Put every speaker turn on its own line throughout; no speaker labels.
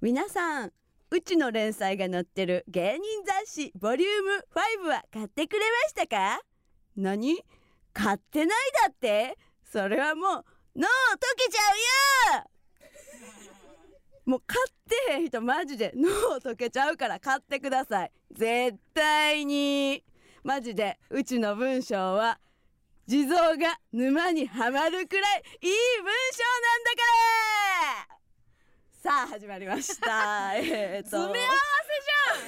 皆さんうちの連載が載ってる芸人雑誌ボリューム5は買ってくれましたか何買ってないだってそれはもう脳溶けちゃうよ もう買ってへん人マジで脳溶けちゃうから買ってください絶対にマジでうちの文章は地蔵が沼にはまるくらいいい文章なんだからさあ始まりましたえーっと
詰め合わ
そ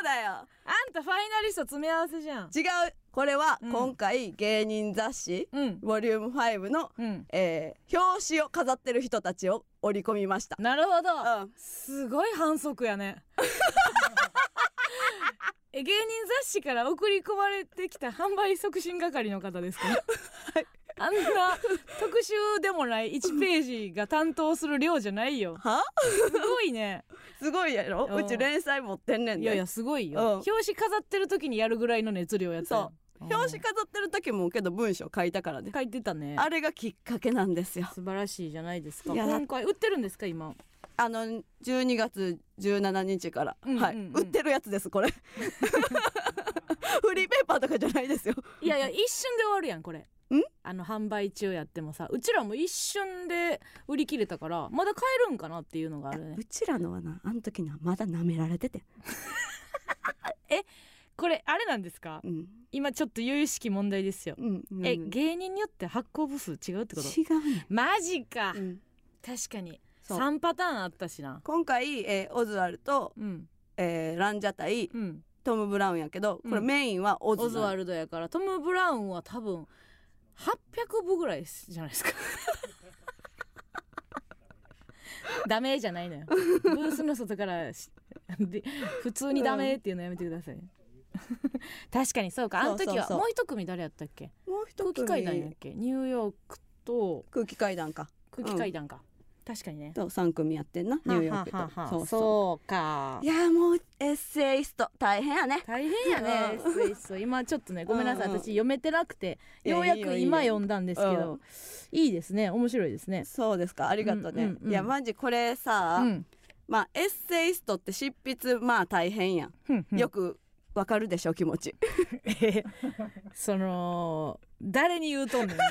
うだよ
あんたファイナリスト詰め合わせじゃん
違うこれは
うん
今回芸人雑誌、
うん
ボリューム5の、
うん
えー表紙を飾ってる人たちを織り込みました、
なるほど
うん、
すごい反則 やねえ芸人雑誌から送り込まれてきた販売促進係の方ですか、あんな特集でもない1ページが担当する量じゃないよ
は
すごいね
すごいやろ
う
うんち連載持ってんねんで
いやいやすごい
う
よ、
ん
表紙飾ってる時にやるぐらいの熱量やったようん
表紙飾ってる時もけど文章書いたからね
書いてたね
あれがきっかけなんですよ
素晴らしいじゃないですか
いや
今回売ってるんですか今
あの12月17日から、
うんうんうん
はい売ってるやつですこ れフリーペーパーとかじゃないですよ
いやいや一瞬で終わるやんこれ
ん
あの販売中やってもさうちらも一瞬で売り切れたからまだ買えるんかなっていうのがあるね
うちらのはなあの時にはまだ舐められてて、
これあれなんですか
うん
今ちょっと有意識問題ですよ
うん、
え
うん
芸人によって発行部数違うってこと
違うね、
マジか
うん
確かに
そう
3パターンあったしな
今回、えーオズワルと、
うん
えーランジャタイ
うん
トム・ブラウンやけどこれ
うん
メインはオズ
オズ
ワ
ワ
ル、
ルドやからトム・ブラウンは多分800部ぐらいじゃないですか ダメじゃないのよブースの外からしで普通にダメっていうのやめてください確かにそうかあの時
そ
は
うそうそう
もう一組誰やったっけ
もう一
空
組
気階段やっけニューヨークと
空気階段か
空気階段か、確かにね
と3組やってんなニューヨークと
はあはあはあ
そうそう
そうか
いやーもうエッセイスト大変やね
大変やね
う
スイスを今ちょっとねごめんなさい
うんうん
私読めてなくて
いや
ようや
いいよ
く
いいよ
今読んだんですけどいいですね面白いですね
そうですかありがとうね、
うんうんうん
いやマジこれさ、
うん
まあエッセイストって執筆まあ大変やん、よ
よく
くわかるでしょ気持ち
その誰に言うとん ねん
重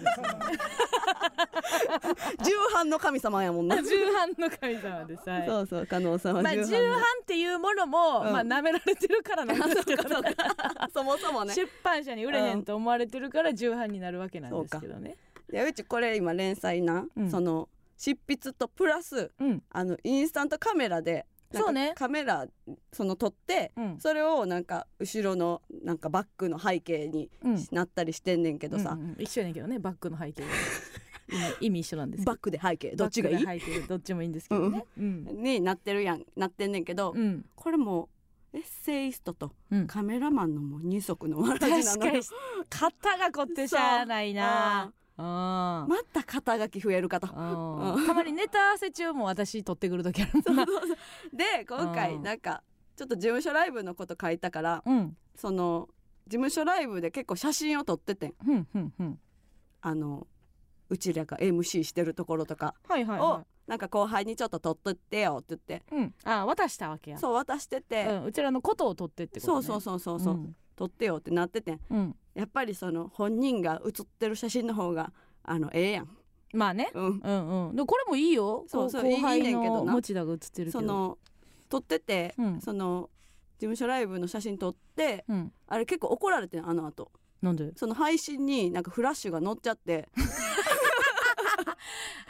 版の神様やもんな
重版の神様ですはい
そうそう加納さんは
まあ
重
重
版
版っていうものも
うん
まあ舐められてるからなんですけ どね
そもそもね
出版社に売れへんと思われてるから重版になるわけなんですけどね
いやうちこれ今連載な、
うん
その執筆とプラス
うん
あのインスタントカメラでなんか
そうね
カメラその撮って
うん
それをなんか後ろのなんかバックの背景に
うん
なったりしてんねんけどさ、
うんうん一緒やねんけどねバックの背景が意味意味一緒なんですけど
バックで背景どっちがいい、
バックが入ってるどっちもいいんですけどね。うん。
になってるやんなってんねんけど、
うん。
これもうエッセイストと
うん
カメラマンのもう二足のわらじな
確
の
か
よ
に肩が凝ってしゃあないな。うん。
また肩書き増えるかと。
うんたまにネタ合わせ中も私取ってくる時あるな。
で今回
うん
なんかちょっと事務所ライブのこと書いたから
うん。
その事務所ライブで結構写真を撮っててん
ふんふんふん。
あのうちらが MC してるところとか
はいはい
を
は
なんか後輩にちょっと撮っとってよって言って
い。うん。あ、渡したわけや。
そう渡してて、
うん。うちらのことを取ってってこと
そ
ね。
うそうそうそうそう、
ん。
撮ってよってなっててん
うん。
やっぱりその本人が写ってる写真の方があのええやん、
まあね。
うん、
うんうん。でこれもいいよ。
そうそう
こ
い
後
いね
輩
んけど
の
な
持田が映ってるけ
そ
ど。
の撮ってて、
うん
その事務所ライブの写真撮って
うん。
あれ結構怒られてんあの後
なんで。
その配信になんかフラッシュが乗っちゃって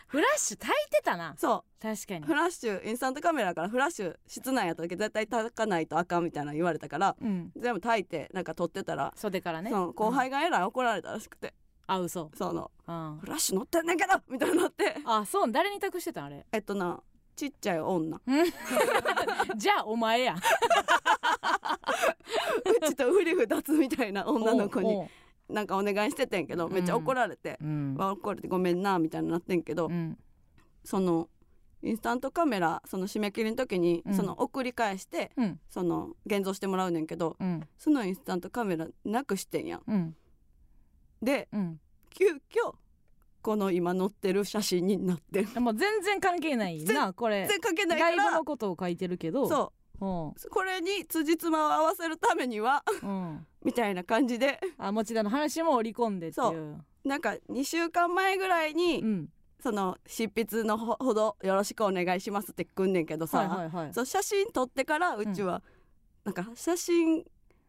フラッシュ焚いてたな。
そ
確か
う
に
フ。ラッシュインスタントカメラやからフラッシュ室内やったけ絶対焚かないとあかんみたいなの言われたから
うん。
全部焚いてなんか撮ってたら、
袖からね。
その後
うん。
輩がえらい怒られたらしくて、
あ、嘘。
その
うん
「フ。ラッシュ乗ってんねんけど!」みたいになって
あそう誰に託してたんあれ
えっとなちっちゃい女
じゃあお前や
うちとフリフ立つみたいな女の子に
おう
なんかお願いしててんけど
うん
めっちゃ怒られて
おうう、ん
わ怒られてごめんなみたいになってんけど、
うん
そのインスタントカメラその締め切りの時に
うん
その送り返して
うん
その現像してもらうねんけど
うん
そのインスタントカメラなくしてんやん
うん
で
うん
急遽この今載ってる写真になってる
もう全然関係ないなこれ
全然書けないか
外部
ら
のことを書いてるけど
そううこれに辻褄を合わせるためには
ん、うん、
みたいな感じで
あ持田の話も織り込んでってい
そうなんか2週間前ぐらいに、
うん
その執筆のほほどよろしくお願いしますってくんねんけどさ、
はいはいはい
そう写真撮ってからうちは、なんか写真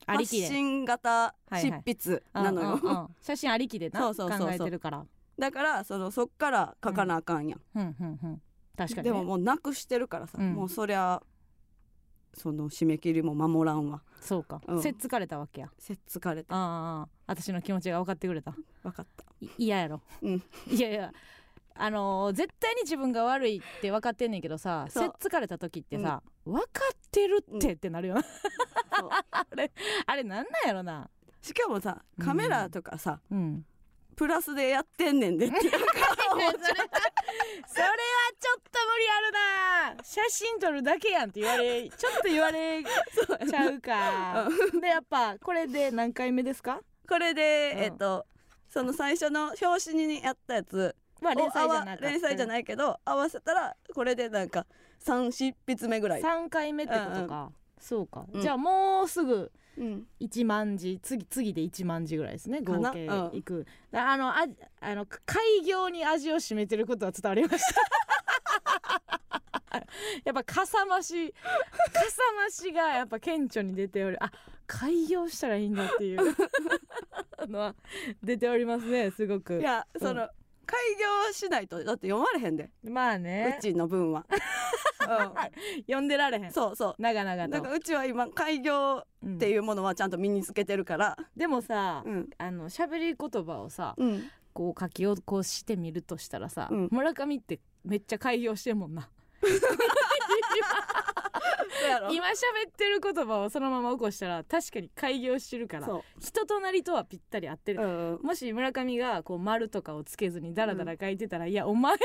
あ
発
りきで
信型
い
執
はい
筆なのよ、
うんうんうん写真ありきでな
そうそうそうそう
考えてるから
だからそのそっから書かなあかんやん、
うんうんうん確かに、ね、
でももうなくしてるからさ、
うん
もうそりゃその締め切りも守らんわ
そうか、
うん
せっつかれたわけや
せっつかれて
ああああ私の気持ちが分かってくれた
分かった
い嫌やろ、
うん
いやいやあのー絶対に自分が悪いって分かってんねんけどさ
そう
せっつかれた時ってさ、分かってるってってなるよ な、
そう
あれあれなんなんやろな
しかもさカメラとかさ、
うん
プラスでやってんねんでって いう顔
それはそれはちょっと無理あるな写真撮るだけやんって言われちょっと言 われちゃうかでやっぱこれで何回目ですか
これで、
うん
えっとその最初の表紙にやったやつ
まあ連載じゃ
を合
な
わ
い
連載じゃないけど合わせたらこれでなんか3執筆目ぐらい、
3回目ってことか、そうか、
うん
じゃあもうすぐ
うん、
1万字次次で1万字ぐらいですね
か
合
な
計
うん
いく、だあのああの開業に味を占めてることは伝わりました やっぱかさ増しかさ増しがやっぱ顕著に出ておりあ開業したらいいんだっていう のは出ておりますねすごく
いや
うん
その、開業しないとだって読まれへんで
まあね
うちの分 は、
呼んでられへ
うんん、そうそう
長々
だ
と
からうちは今開業
うん
っていうものはちゃんと身につけてるから
でもさ、
うん
あの喋り言葉をさ
うん
こう書き起こしてみるとしたらさ、
うん
村上ってめっちゃ開業してるも んな
そうやろ
今喋ってる言葉をそのまま起こしたら確かに開業してるから
そ
人となりとはぴったり合って
う、
る、
うん、
もし村上がこう丸とかをつけずにダラダラ書いてたら、いやお前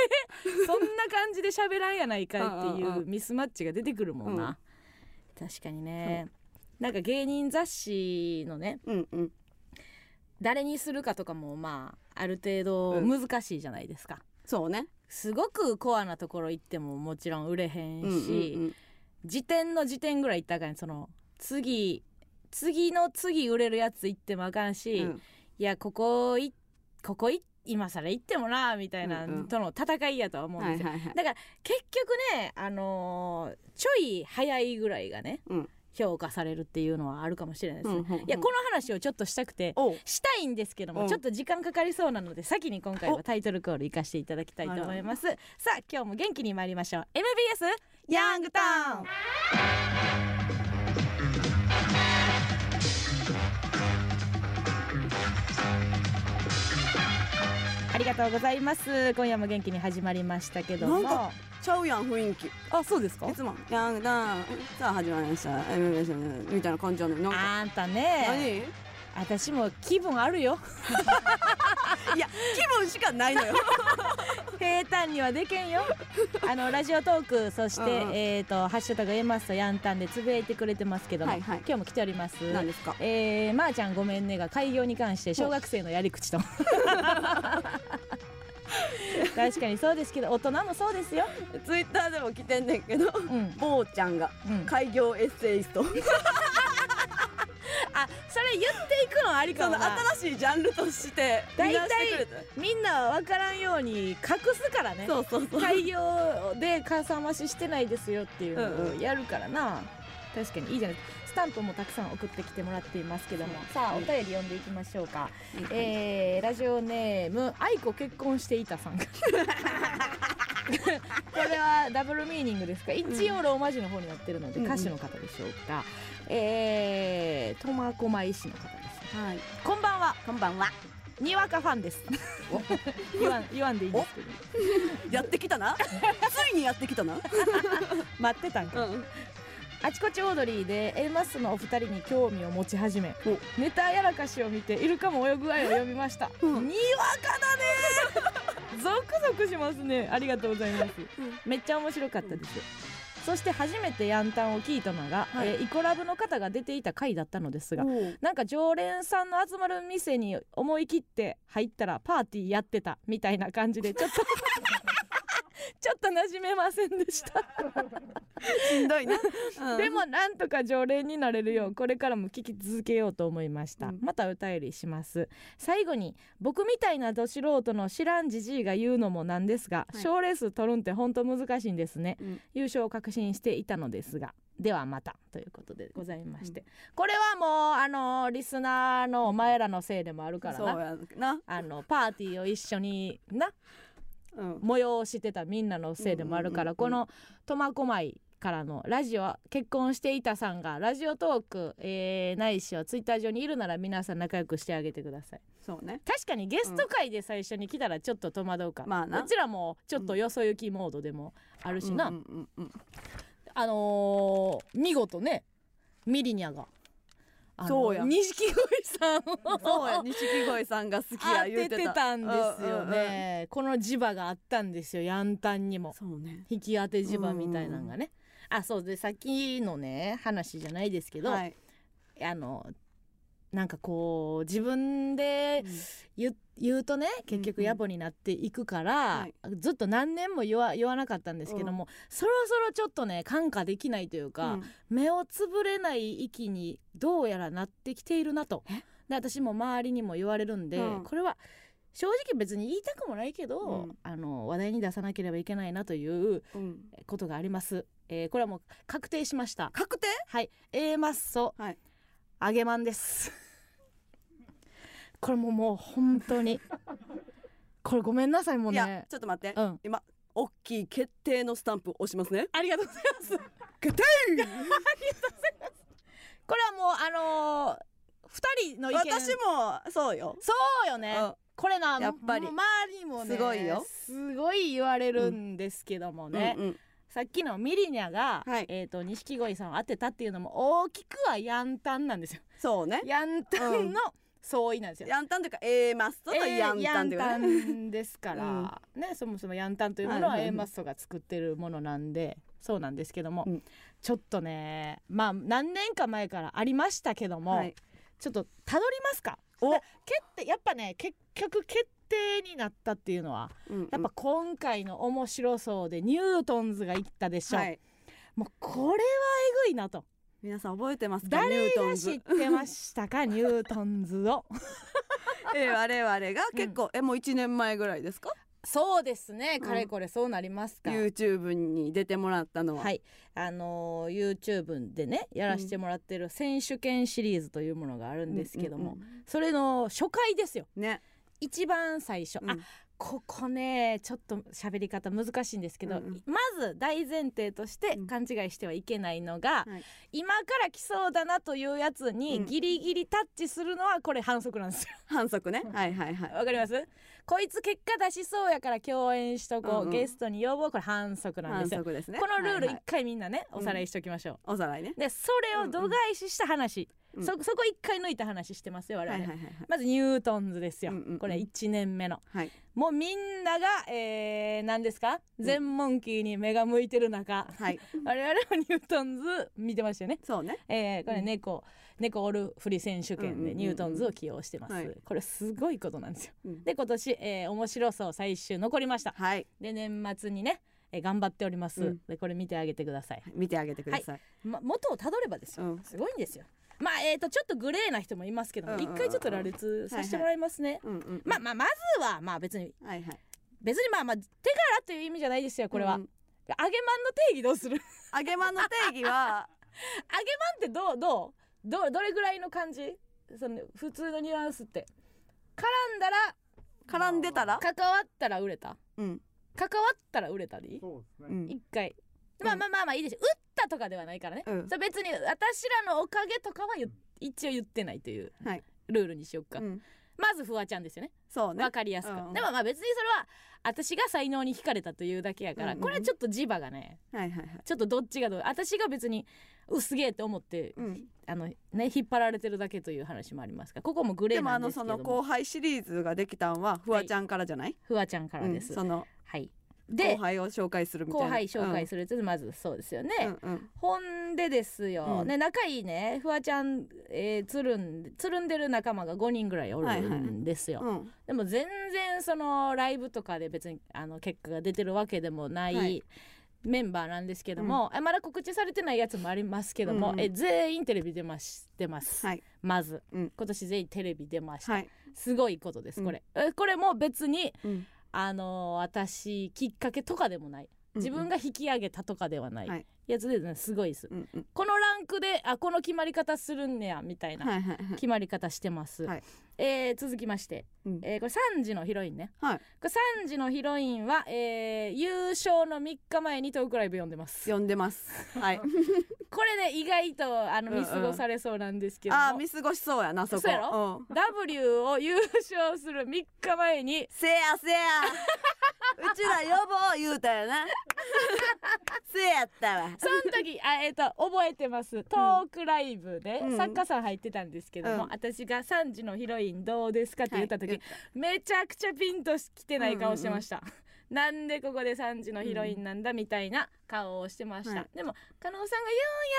そんな感じで喋らんやないかいってい
うんうん
う
う
ミスマッチが出てくるもんな、確かにねなんか芸人雑誌のね
うんうん
誰にするかとかもまあある程度難しいじゃないですか、
そうね
すごくコアなところ行ってももちろん売れへんし、
うんうん
時点の時点ぐらい行ったらあかんその次次の次売れるやつ行ってもあかん
う
し、
んうん
いやここいここい今更行ってもなみたいな
うんうん
との戦いやとは思うん
は
で
い
すよ、
はいはい
だから結局ねあのーちょい早いぐらいがね、
うん
評価されるっていうのはあるかもしれないです
う
ね、
んうんうん
いやこの話をちょっとしたくて
おう
したいんですけども、
うん
ちょっと時間かかりそうなので先に今回はタイトルコール行かせていただきたいと思いますさあ今日も元気に参りましょう MBS
ヤングタウン
ありがとうございます今夜も元気に始まりましたけども
なんちゃうやん雰囲気
あそうですか
いつもヤングタウンさあ始まりました MBS みたいな感じなのになんか
あんたね
何
私も気分あ るよ
いや気分しかないのよ
平坦にはでけんよあのラジオトークそして、
うんうん
えっ、とハッシュタグエマスとヤンタンでつぶやいてくれてますけど も、
はいはい
今日も来ております
何ですか
えー、まー、ちゃんごめんねが開業に関して小学生のやり口と 確かにそうですけど大人もそうですよ
ツイッターでも来てんねんけど
うん、うん、
ぼうちゃんが開業エッセイストそ
あそれ言っていくのありかも
の
な
新しいジャンルとして
大体
見出してくれた
みんな分からんように隠すからね
そうそうそう
開業でかさ増ししてないですよっていう
うんう
のを
ん
やるからな、確かにいいじゃないスタンプもたくさん送ってきてもらっていますけどもさあお便り読んでいきましょうか、えーラジオネーム愛子結婚していたさん これはダブルミーニングですか一応ローマ字の方になってるので
うんうん
歌手の方でしょうか、えー苫小牧市の方です
はい
こんばんは
こんばんは
にわかファンです 言わん言わんでいいんですけど
やってきた なついにやってきたな
待ってたんか、
うん
あちこちオードリーで A マスのお二人に興味を持ち始め
お
ネタやらかしを見てイルカも泳ぐ愛を読みました、
うん
にわかだね ゾクゾクしますねありがとうございます、めっちゃ面白かったですそして初めてヤンタンを聞いたのが、
はい
えーイコラブの方が出ていた回だったのですが
おう
なんか常連さんの集まる店に思い切って入ったらパーティーやってたみたいな感じでちょっと ちょっと馴染めませんでした、
しんどいな、うん
でもなんとか常連になれるようこれからも聞き続けようと思いました、
うん
また歌よりします最後に僕みたいなど素人の知らんじじいが言うのもなんですが
はい
賞、ーレース取るんって本当難しいんですね
うん
優勝を確信していたのですがではまたということでございまして、これはもうあのリスナーのお前らのせいでもあるから
そう
な
やな、
あのパーティーを一緒にな
うん、
催してたみんなのせいでもあるから、
うんうんうんう
この苫小牧からのラジオ結婚していたさんがラジオトーク、えーないしはツイッター上にいるなら皆さん仲良くしてあげてください
そうね
確かにゲスト会で最初に来たらちょっと戸惑うか、
まあな
うちらもちょっとよそ行きモードでもあるしな、
うんうんうんうん
あのー見事ねミリニャがあの
そうや
錦鯉さんを
そう や錦鯉さんが好きや
当
言う
て
て
て
た
たんですよね、
うんうん
この磁場があったんですよヤンタンにも
そうね
引き当て磁場みたいなのがね、あそうでさっきのね話じゃないですけど、
はい、
あのなんかこう自分で言う言うとね結局
うんうん
野暮になっていくから
は、
ずっと何年も言わ言わなかったんですけども、そろそろちょっとね感化できないという
うん
か、目をつぶれない域にどうやらなってきているなと
え
で私も周りにも言われるんで、
うん
これは正直別に言いたくもないけど、
うん
あの話題に出さなければいけないなという
うん
ことがあります、えーこれはもう確定しました
確定
A マッソ、
はい
揚げまんです これもうもう本 当にこれごめんなさいもう
いや
ね
ちょっと待って、
うん
今大きい決定のスタンプ押しますね
ありがとうございます
決定
これはもうあのー、2人の意見
私もそうよ、
そうよね
うん
これな
やっぱり
もう周りもね
すごいよ
すごい言われるんですけどもね、
うんうん
さっきのミリニャが、
はい
えっ、と錦鯉さんを当てたっていうのも大きくはヤンタンなんですよ
そう ね
ヤンタ
う
ン
ん
の相違なんですよ、
ヤンタンというか A マストと
えー
ヤンタンというかね、
ヤンタンですから、ねそもそもヤンタンというもの
は
はい
はいはい
A マッソが作ってるものなんでそうなんですけども、
うん
ちょっとねまあ何年か前からありましたけども、
はい
ちょっとたどりますか
お
だ決定やっぱね結局決定になったっていうのは
うんうん
やっぱ今回の面白そうでニュートンズがいったでしょ、
はい
もうこれはえぐいなと
皆さん覚えてますかニュ
誰
ート
が
ン
知っ
ズ
てまし たかニュートンズを
え我々が結構、えもう1年前ぐらいですか
そうですね
うん
かれこれそうなりますか、
YouTube に出てもらったのは、
はい、あのー YouTube でねやらせてもらってる選手権シリーズというものがあるんですけども、
うんうんうん
それの初回ですよ
ね、
一番最初、あ
うん
ここねちょっと喋り方難しいんですけど、
うんうん
まず大前提として
うん
勘違いしてはいけないのが、
はい
今から来そうだなというやつ
うん
にギリギリタッチするのはこれ反則なんですよ。
反則ね、はいはいはい
わかりますこいつ結果出しそうやから共演しとこう、
うんうん
ゲストに呼ぼうこれ反則なんで
反
すよ。
則ですね
このルール
はいはい
一回みんなね、
うん
おさらいしておきましょう。
おさらいね
でそれを度外視した話、
うん
そそこ一回抜いた話してますよ我
はい
々、
はいはいはい
まずニュートンズですよ、
うんうんうん
これ1年目の
はい
もうみんなが、えー、何ですか
ん
全問キーに目が向いてる中、
はい
我々もニュートンズ見てましたよね
そうね
えー、こ
う
れ
ん
猫、猫おるふり選手権でニュートンズを起用してます、
うんうんうんうんはい
これすごいことなんですよ
うん
で今年、えー、面白そう最終残りました
はい
で年末にね、えー、頑張っております、
うん
でこれ見てあげてください、
見てあげてください、
ま、元をたどればですよ、
うん
すごいんですよまあえー、とちょっとグレーな人もいますけども
うんうん
一、
うんうん
回ちょっと羅列させてもらいますね、
うんうん
まあまあまずはまあ別に
はいはい
別にまあまあ手柄という意味じゃないですよこれは、
う
揚
ん
げまんの定義どうする揚げ
揚げまんの定義 は
まんってどうどうどうどれぐらいの感じその普通のニュアンスって絡んだら
絡んでたら
関わったら売れた
うん
関わったら売れたでいい
うん
一回
うん
まあまあまあまあいいでしょ打ったとかではないからね、
うん
そう別に私らのおかげとかは言っ一応言ってないという
はい
ルールにしよっか、
うん
まずフワちゃんですよね
そうね
わかりやすく、
うん
でもまあ別にそれは私が才能に惹かれたというだけやから、
うんうん
これはちょっと磁場がね
はいはいはい
ちょっとどっちがどう私が別にうすげえって思って、
うん
あのね引っ張られてるだけという話もありますがここもグレ
で
ー
も
な
あ
んで
の
すけ
そ
れど
の
も
後輩シリーズができたんはフワちゃんからじゃない、
フワちゃんから
うん
です、
その
はいで
後輩を紹介するみたいな
後輩紹介するっていうのまずそうですよね、
うんうんうん
ほんでですよ、
うん
ね仲いいねフワちゃん、えーつるんつるんでる仲間が5人ぐらいおるんですよ、
うん
でも全然そのライブとかで別にあの結果が出てるわけでもない、
はい
メンバーなんですけども、えまだ告知されてないやつもありますけど
う
も、
んうん
え全員テレビ出まし出ます、
はい
まず、
うん
今年全員テレビ出ました、
はい、
すごいことですこれ、えこれも別に
うん
あの私きっかけとかでもない自分が引き上げたとかではない、
はい
やつで、ね、すごいです、
うんうん
このランクであこの決まり方するんねやみたいな
はいはいはい
決まり方してます、
はい
えー続きまして、
うん
えーこれ3時のヒロインね
はい
これ3時のヒロインは、えー優勝の3日前にトークライブ読んでます
呼んでます はい
これね意外とあの
うんうん
見過ごされそうなんですけども、
あー見過ごしそうやなそこ
そうやろ
うん
W を優勝する3日前に
せやせやうちら呼ぼう言うたよな せやったわ
その時あえっ、と覚えてますトークライブで、
うん
作家さん入ってたんですけども、
うん
私が「3時のヒロインどうですか?」って言った時、
はい
めちゃくちゃピンときてない顔してました。なんでここで3時のヒロインなんだみたいな顔をしてました、
はい
でも加納さんが言うんや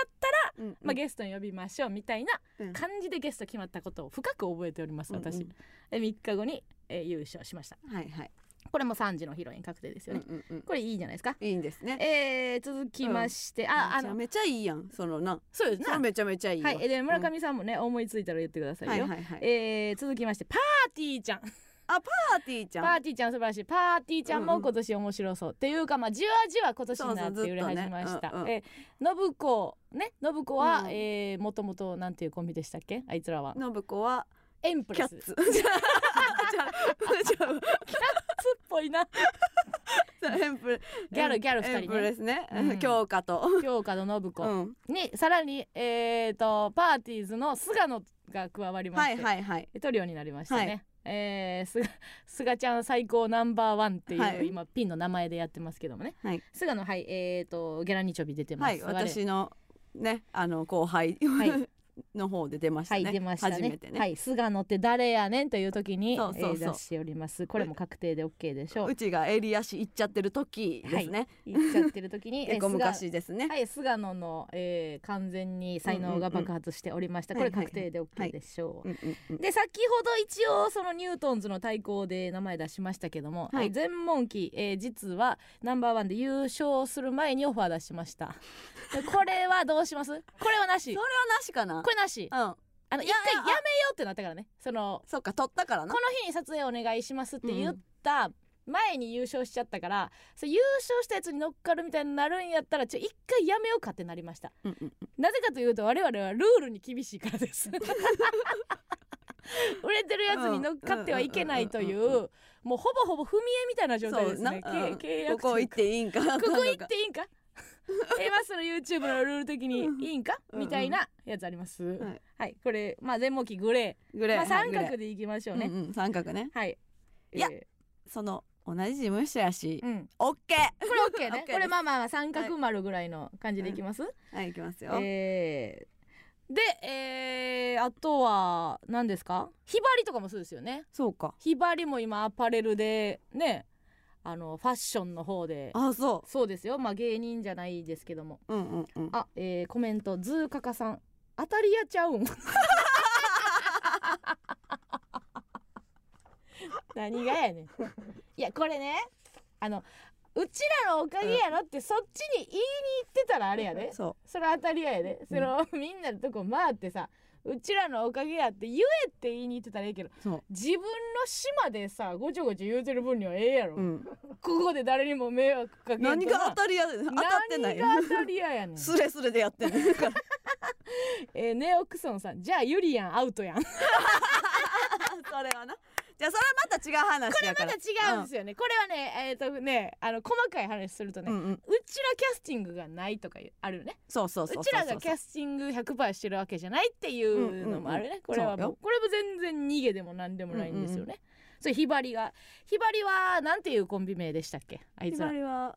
ったら、
うんうん
まあ、ゲストに呼びましょうみたいな
うん
感じでゲスト決まったことを深く覚えております
う
私、
んう
で3日後に、えー優勝しました
はいはい、
これも3時のヒロイン確定です
う
よ
ん
ね、
うんうん、
これいいじゃないですか
いいんですね
えー、続きまして、あ
め
あ
ちゃ
の
めちゃいいやんそのな
そうです
それ
ね
めちゃめちゃいいわ
はい、えで村上さんもね、思いついたら言ってくださいよ。
はいはいはい
えー続きましてパーティーちゃん
パーティーち
パ
ゃん
ーティーちゃん素晴らしいパーティーちゃん
うん
も
うん
今年面白そう、っていうかまあじわじわ今年になって売れ
そうそうずっとね
始めました、
うんうん
えー信子ね信子は、
うん
えー、もともとなんていうコンビでしたっけあいつらは
信子は
エンプ
キ
レ
ャ
ス
ッ
キャッツっ
ツ じゃあじゃあ
ぽいな
じゃあエンプレ
ギャルギャル二人ね
エンプレスね、
うん
強化と
京香の信 子、
うん
にさらにえー、とパーティーズの菅野が加わりまし
は
て、
いはいはい
トリオになりましたね。
は
えーすが 菅ちゃん最高ナンバーワンっていう、
はい
今ピンの名前でやってますけどもね
はい、
菅野はいえー、とギャラニチョビ出てま
は
す、
い、
我々
私のねあの後輩、
い
の方で出ました
は
ね,、
い出ましたね
初めてね、
はい菅野って誰やねんという時に
そうそうそう
えー出しておりますこれも確定で OK でしょう
うちがエリア市行っちゃってる時ですね、
言っちゃってる時 に
結構
菅
昔ですね、
はい、菅野の、えー完全に才能が爆発しておりました、
うんうんうん
これ確定で
はい
OK でしょう、
うんうんうん
で先ほど一応そのニュートンズの対抗で名前出しましたけども、
はい
えー全問記、えー実はナンバーワンで優勝する前にオファー出しましたでこれはどうしますこれはな
そ
し
れは
こ
なしかな
れなし
うん
あの
や
一回
いや
やめようってなったからねその
そっか取ったから
こ
な
の日に撮影お願いしますって言った前に優勝しちゃったから、それ優勝したやつに乗っかるみたいになるんやったらちょ一回やめようかってなりました
うんうん
なぜかというと我々はルールに厳しいからで す売れてるやつに乗っかってはいけないとい
うんうんうんうん
うもうほぼほぼ踏み絵みたいな状態ですね
そうなうん
け契約
ここ行っていいんかな
ここ行っていいんか A マスの YouTube のルール的にいいんか
うん
みたいなやつあります、
はい
はいこれまあ全問記グレ
グ
ー、
レー、
まあ、三
はい
角
グ
でいきまし
レ
ょ
ー
うね、
うんうん三角ね
はい
いや
え
その同じ事務所やし、
ーうん、
オッケ
これ OK
オッケー
ね
です
これまあまあまあ三角丸ぐらいの感じでいきます、
ーはい行きますよ、
えーで、えーあとは何ですかひばりとかもそうですよね
そうか
ひばりも今アパレルでねあのファッションの方で
あそ
そうですよまあ芸人じゃないですけども
ううんうんうん
あ、えーコメントズーカカさん当たりやち ゃうん何がやねんいやこれねあのうちらのおかげやろってそっちに言いに行ってたらあれやで
そ
それ当たりやでその、 みんなのとこ回ってさうちらのおかげやって言えって言いに行ってたらええけど
うそ
自分の島でさごちょごちょ言うてる分にはええやろ、
う、うん、
ここで誰にも迷惑かけんとな
何が当たりやで当たってない
何が当たりや やねん
スレスレでやってるから
えーネオクソンさんじゃあユリアンアウトやんこ
それはなじゃあそれはまた違う話や
れ
か
ま
ら
た違うんですよね、これはねえっ、とねあの細かい話するとね、う
うんうん
ちらキャスティングがないとかいうあるよね
そうそうそうそうう
ちらがキャ
ス
スティング100%してるわけじゃないっていうのもあるね、これは
そう
もう
よ
これも全然逃げでも何でもないんですよね、それひばりがひばりはなんていうコンビ名でしたっけあいつら
は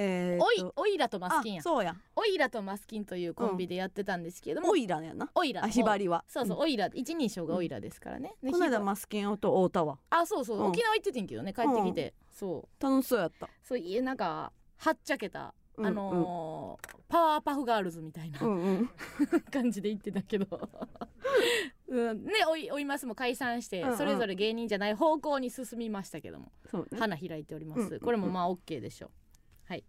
えー、
おいおいらとマスキンや
あそうや
おいらとマスキンというコンビでやってたんですけども、
おいらやな
おいら
あひば
り
りは
そうそう、おいら一人称がおいらですからね、
う
で
んこの間
ひば
マスキンをと会うたわ
あそうそう、
うん
沖縄行っててんけどね帰ってきて、そう
楽しそうやった
そういえなんかはっちゃけた
うん
あのーパワーパフガールズみたいな
うんうん
感じで言ってたけど、うん、ねおいおいますも解散して
うんうん
それぞれ芸人じゃない方向に進みましたけども
そうね
花開いております、
うんうん
これもまあ OK でしょうはい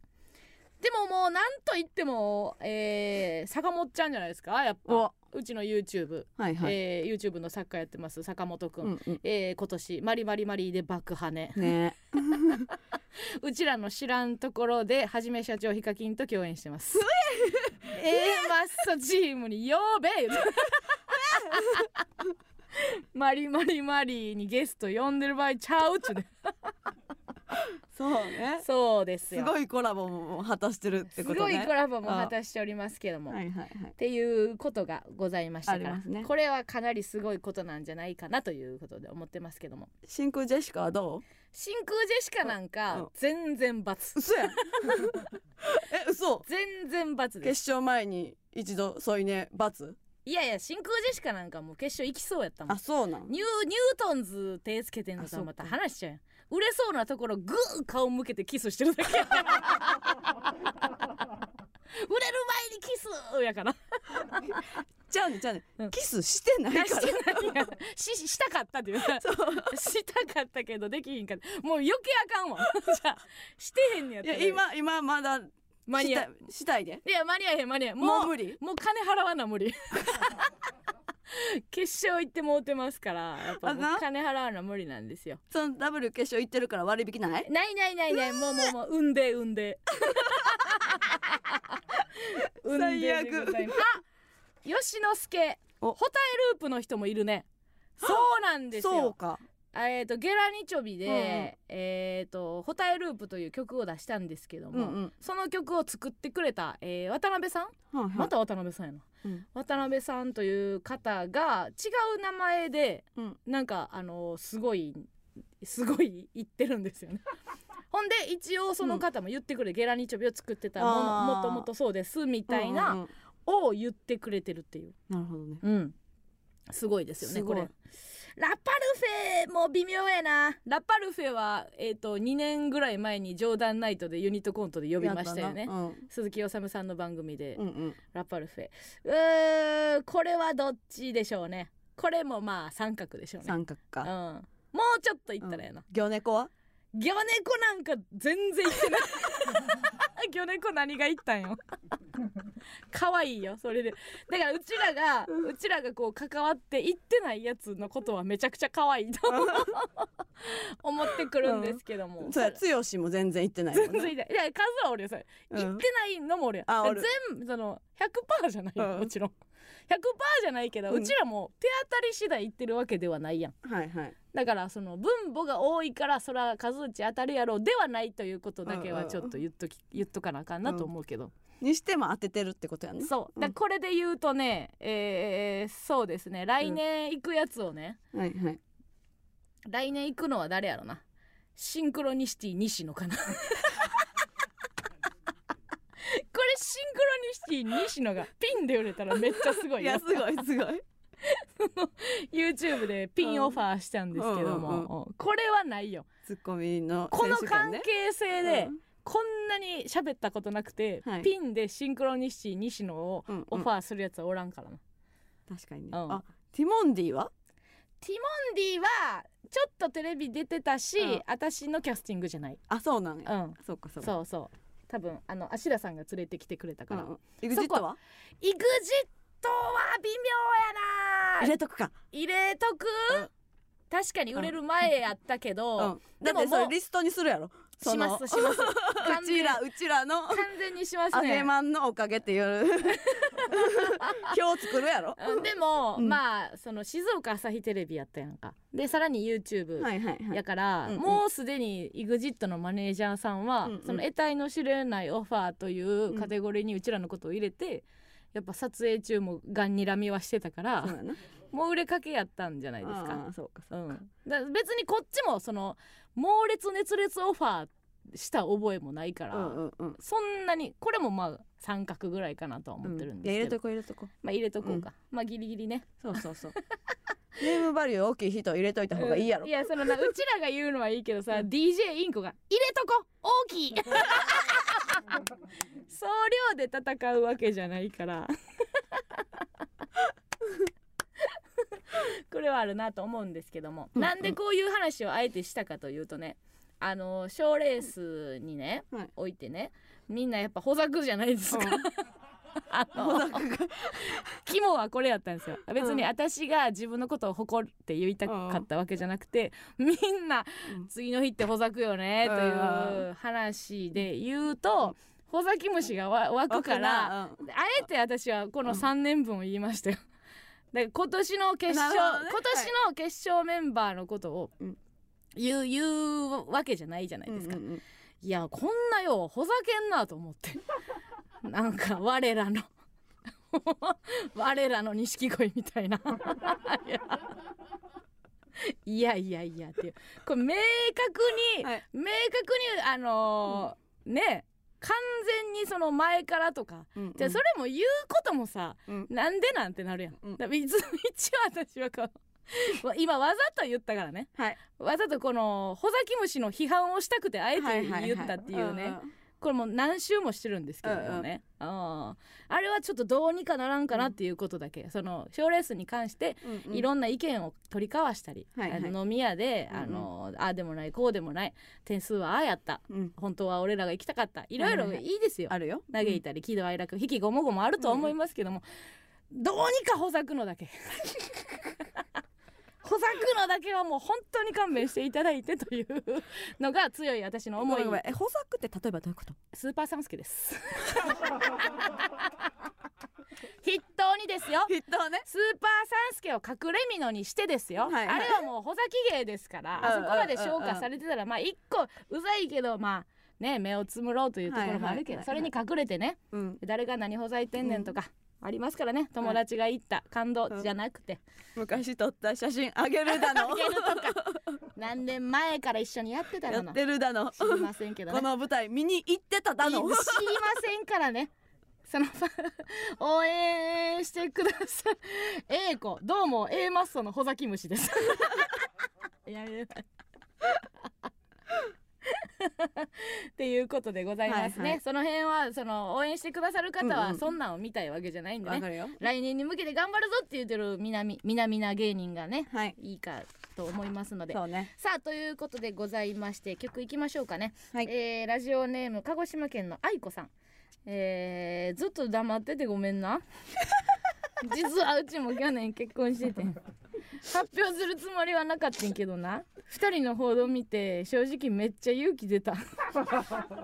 でももうなんと言っても、えー、坂本ちゃんじゃないですかやっぱ
お
うちの YouTube、
はいはい、
えー YouTube の作家やってます坂本くん、
うんうん
えー今年「マリマリマリ」で爆跳ね
ね
うちらの知らんところではじめ社長ヒカキンと共演してます。えー、マッソチームに呼べマリマリマリーにゲスト呼んでる場合ちゃうっちゅうね
そうね
そうです
す
よ
ごいコラボも果たしてるって
す
こと
ご
ね
いコラボも果たしておりますけども、
は
っ
いはいはい
ていうことがございましたか
あり
ら、
ますね
これはかなりすごいことなんじゃないかなということで思ってますけども
真空ジェシカはど
真空ジェシカなん
うんう
か
ん
全然
う
罰
嘘や え嘘
全然罰
決
です
勝前に一度添い寝罰
いやいや真空ジェシカなんかもう決勝行きそうやったもん
あそうなん
ニューニュートンズ手つけてんの
あそう
さ
か
また話しちゃうやん売れそうなところグー顔向けてキスしてるだけ売れる前にキスやから
じゃあねじゃあね、
うん
キスして ない
し
から
てないやんししたかったっていうしたかったけどできひんかったもう余計あかん わじゃあしてへんねやっ
い
たら
や今今まだ
間
し
に合
た
う
したいで
いや間に合えへん間に合えへん
も
も
う
う
無理
もう金払わな無理 決勝行ってもうてますからやっぱもう
あな
金払わな無理なんですよ
そのダブル決勝行ってるから割引ない
ないないないないもうもうもう産んで産 んで産んででございますあ吉之助
お
ホタエループの人もいるねそうなんです
そう
よ
か
えっ、とゲラニチョビで、
うんうん
えっ、とホタエループという曲を出したんですけど
うん
も、
うん
その曲を作ってくれた、えー渡辺さん、
はいはい
また渡辺さんやな、
うん
渡辺さんという方が違う名前で、
うん
なんかあのすごいすごい言ってるんです よね。ほんで一応その方も言ってくれ、ゲラニチョビを作ってたもの
あー
もともとそうですみたい
うんう
なん
うん
を言ってくれてるっていう、
なるほどね
うん、すごいですよね
す
こ
ごい
れ。ラパルフェも微妙やなラパルフェは、えー、と2年ぐらい前に「冗談ナイト」でユニットコントで呼びましたよ
や
ね
ったな
鈴木おさむさんの番組で
うんうん
ラパルフェうーこれはどっちでしょうねこれもまあ三角でしょ
う
うんね
三角
うん
か
もうちょっといったらやな、
魚猫は
魚猫なんか全然 いってない魚猫何がいったんよ可愛いよそれでだからうちらがうちらがこう関わっていってないやつのことはめちゃくちゃ可愛いと 思ってくるんですけども、
そうや剛も全然行ってないもん
全
ね
然いないいや数はおるよそれ
うん
行ってないのもおるやん、
あおる
全部その100%じゃないよ、
うん
もちろん100%じゃないけど、う
うん
ちらも手当たり次第行ってるわけではないやん
はいはい
だからその分母が多いからそら数打ち当たるやろうではないということだけ
うん
は
うん
ちょっと言っとき、言っとかなあかんなと思うけど、
にしても当ててるってことやね
そうだからこれで言うとね、えーそうですね来年行くやつをね、
はいはい
来年行くのは誰やろなシンクロニシティ西野かな これシンクロニシティ西野がピンで売れたらめっちゃすごい
い
よ
やすごいすごい
YouTube でピンオファーしたんですけども、
うんうん
これはないよ
ツッコミの
この
選手権
関
ね
係性で、
うん
こんなに喋ったことなくて、
はい
ピンでシンクロニシティ西野を
うんうん
オファーするやつはおらんからな、
確かにね、
うん
あティモンディは
ティモンディはちょっとテレビ出てたし、
うん
私のキャスティングじゃない、
あそうなん
う
や、
ん、
そうかそうか
そうそう多分あの芦田さんが連れてきてくれたから、
うんうん、エグジットは
イグジットは微妙や
入
な
れとくか、
入れとく、
うん
確かに売れる前やったけど、
うん、だ
で
っ
ももう
てそれリストにするやろ
しま
その
すします完
う
全
ちらうちら の
完全にします
アベ
ね
マンのおかげっていう 表作るやろ
うんでも、
うん
まあその静岡朝日テレビやったやんかでさらに YouTube
はいはいは
や
い
から、
うんうん
もうすでに EXIT のマネージャーさんは、
うんうん
その得体の知れないオファーというカテゴリーにうちらのことを入れて、やっぱ撮影中もガンにらみはしてたから
そうやな
もう売れかけやったんじゃないですか。
あーそうかそううか、
ん、だ別にこっちもその猛烈熱烈オファーした覚えもないから、
うんうんうん
そんなにこれもまあ三角ぐらいかなとは思ってる
い
ん
や
です
入
け
れ
ど、
とこう入れとこう
まあ入れとこうか、まあギリギリね
そうそうそう
ネームバリュー大きい人入れといた方がいいやろ
いや そのなうちらが言うのはいいけどさ DJ インコが「入れとこ大きい! 」総量で戦うわけじゃないから これはあるなと思うんですけども、
うん
なんでこういう話をあえてしたかというとねあの賞ーレースにね、
はい
置いてねみんなやっぱほざくじゃないですか。 あの 肝はこれやったんですよ別に私が自分のことを誇るって言いたかったわけじゃなくて、みんな
うん
次の日ってほざくよねというう話で言うと、ほざき虫がわ湧くから、であえて私はこの3年分を言いましたよ。 で今年の決勝、
なるほどね
今年の決勝メンバーのことを
うん
言う,、言うわけじゃないじゃない
うん
ですか。
うんうん
いやこんなようほざけんなと思って なんか我らの 我らの錦鯉みたいな いやいやいやいやっていうこれ明確に、
はい
明確にあのーね完全にその前からとか
うんうん
じゃあそれも言うこともさ、
うん
なんでなんてなるやん、
うん
だからいつ 一応私はこう今わざと言ったからね
はい
わざとこのほざき虫の批判をしたくてあえ
はい
て
はいはい
言ったっていうね、
んん
これもう何周もしてるんですけどもね、あーあれはちょっとどうにかならんかなっていうことだけ、その賞レースに関して
うんうん
いろんな意見を取り交わしたり、
はいはい
あの飲み屋で、
うんうん
あのああでもないこうでもない点数はああやった
うん
本当は俺らが行きたかったいろいろ
はいはい
いいですよ、
あるよ
嘆いたり喜怒哀楽引きごもごもあるとは思いますけども、どうにかほざくのだけ ほざくのだけはもう本当に勘弁していただいてというのが強い私の
ご
思
め
い
んごめんえ補作って例えばどういうこと
スーパーサムスケです 筆頭にですよ
筆頭ね
スーパーサンスケを隠れ蓑にしてですよ、
はいはい
あれはもうほざき芸ですからあそ
うん
こまで消化されてたらまあ一個うざいけどまあね目をつむろうというところもあ
はいは
るけど、
いはいはい
それに隠れてね
うん
誰が何ほざいてんねんとかありますからね、友達が言った感動じゃなくて、
昔撮った写真あげるだの
あげ るとか何年前から一緒にやってた
や
の
っ
な
てるだの
知りませんけどね
この舞台見に行ってただの
い知りませんからねその 応援してください A 子どうも A マッソのほざき虫です やめなさいっていうことでございますね、
はいはい
その辺はその応援してくださる方
うんう
は
ん
そんなんを見たいわけじゃないんでね、
わかるよ
来年に向けて頑張るぞって言ってる南南な芸人がね
はい
いいかと思いますので
そうね
さあということでございまして曲いきましょうかね、
はい
えーラジオネーム鹿児島県の愛子さん、えーずっと黙っててごめ んな実はうちも去年結婚してて発表するつもりはなかったんけどな2人の報道見て正直めっちゃ勇 気出た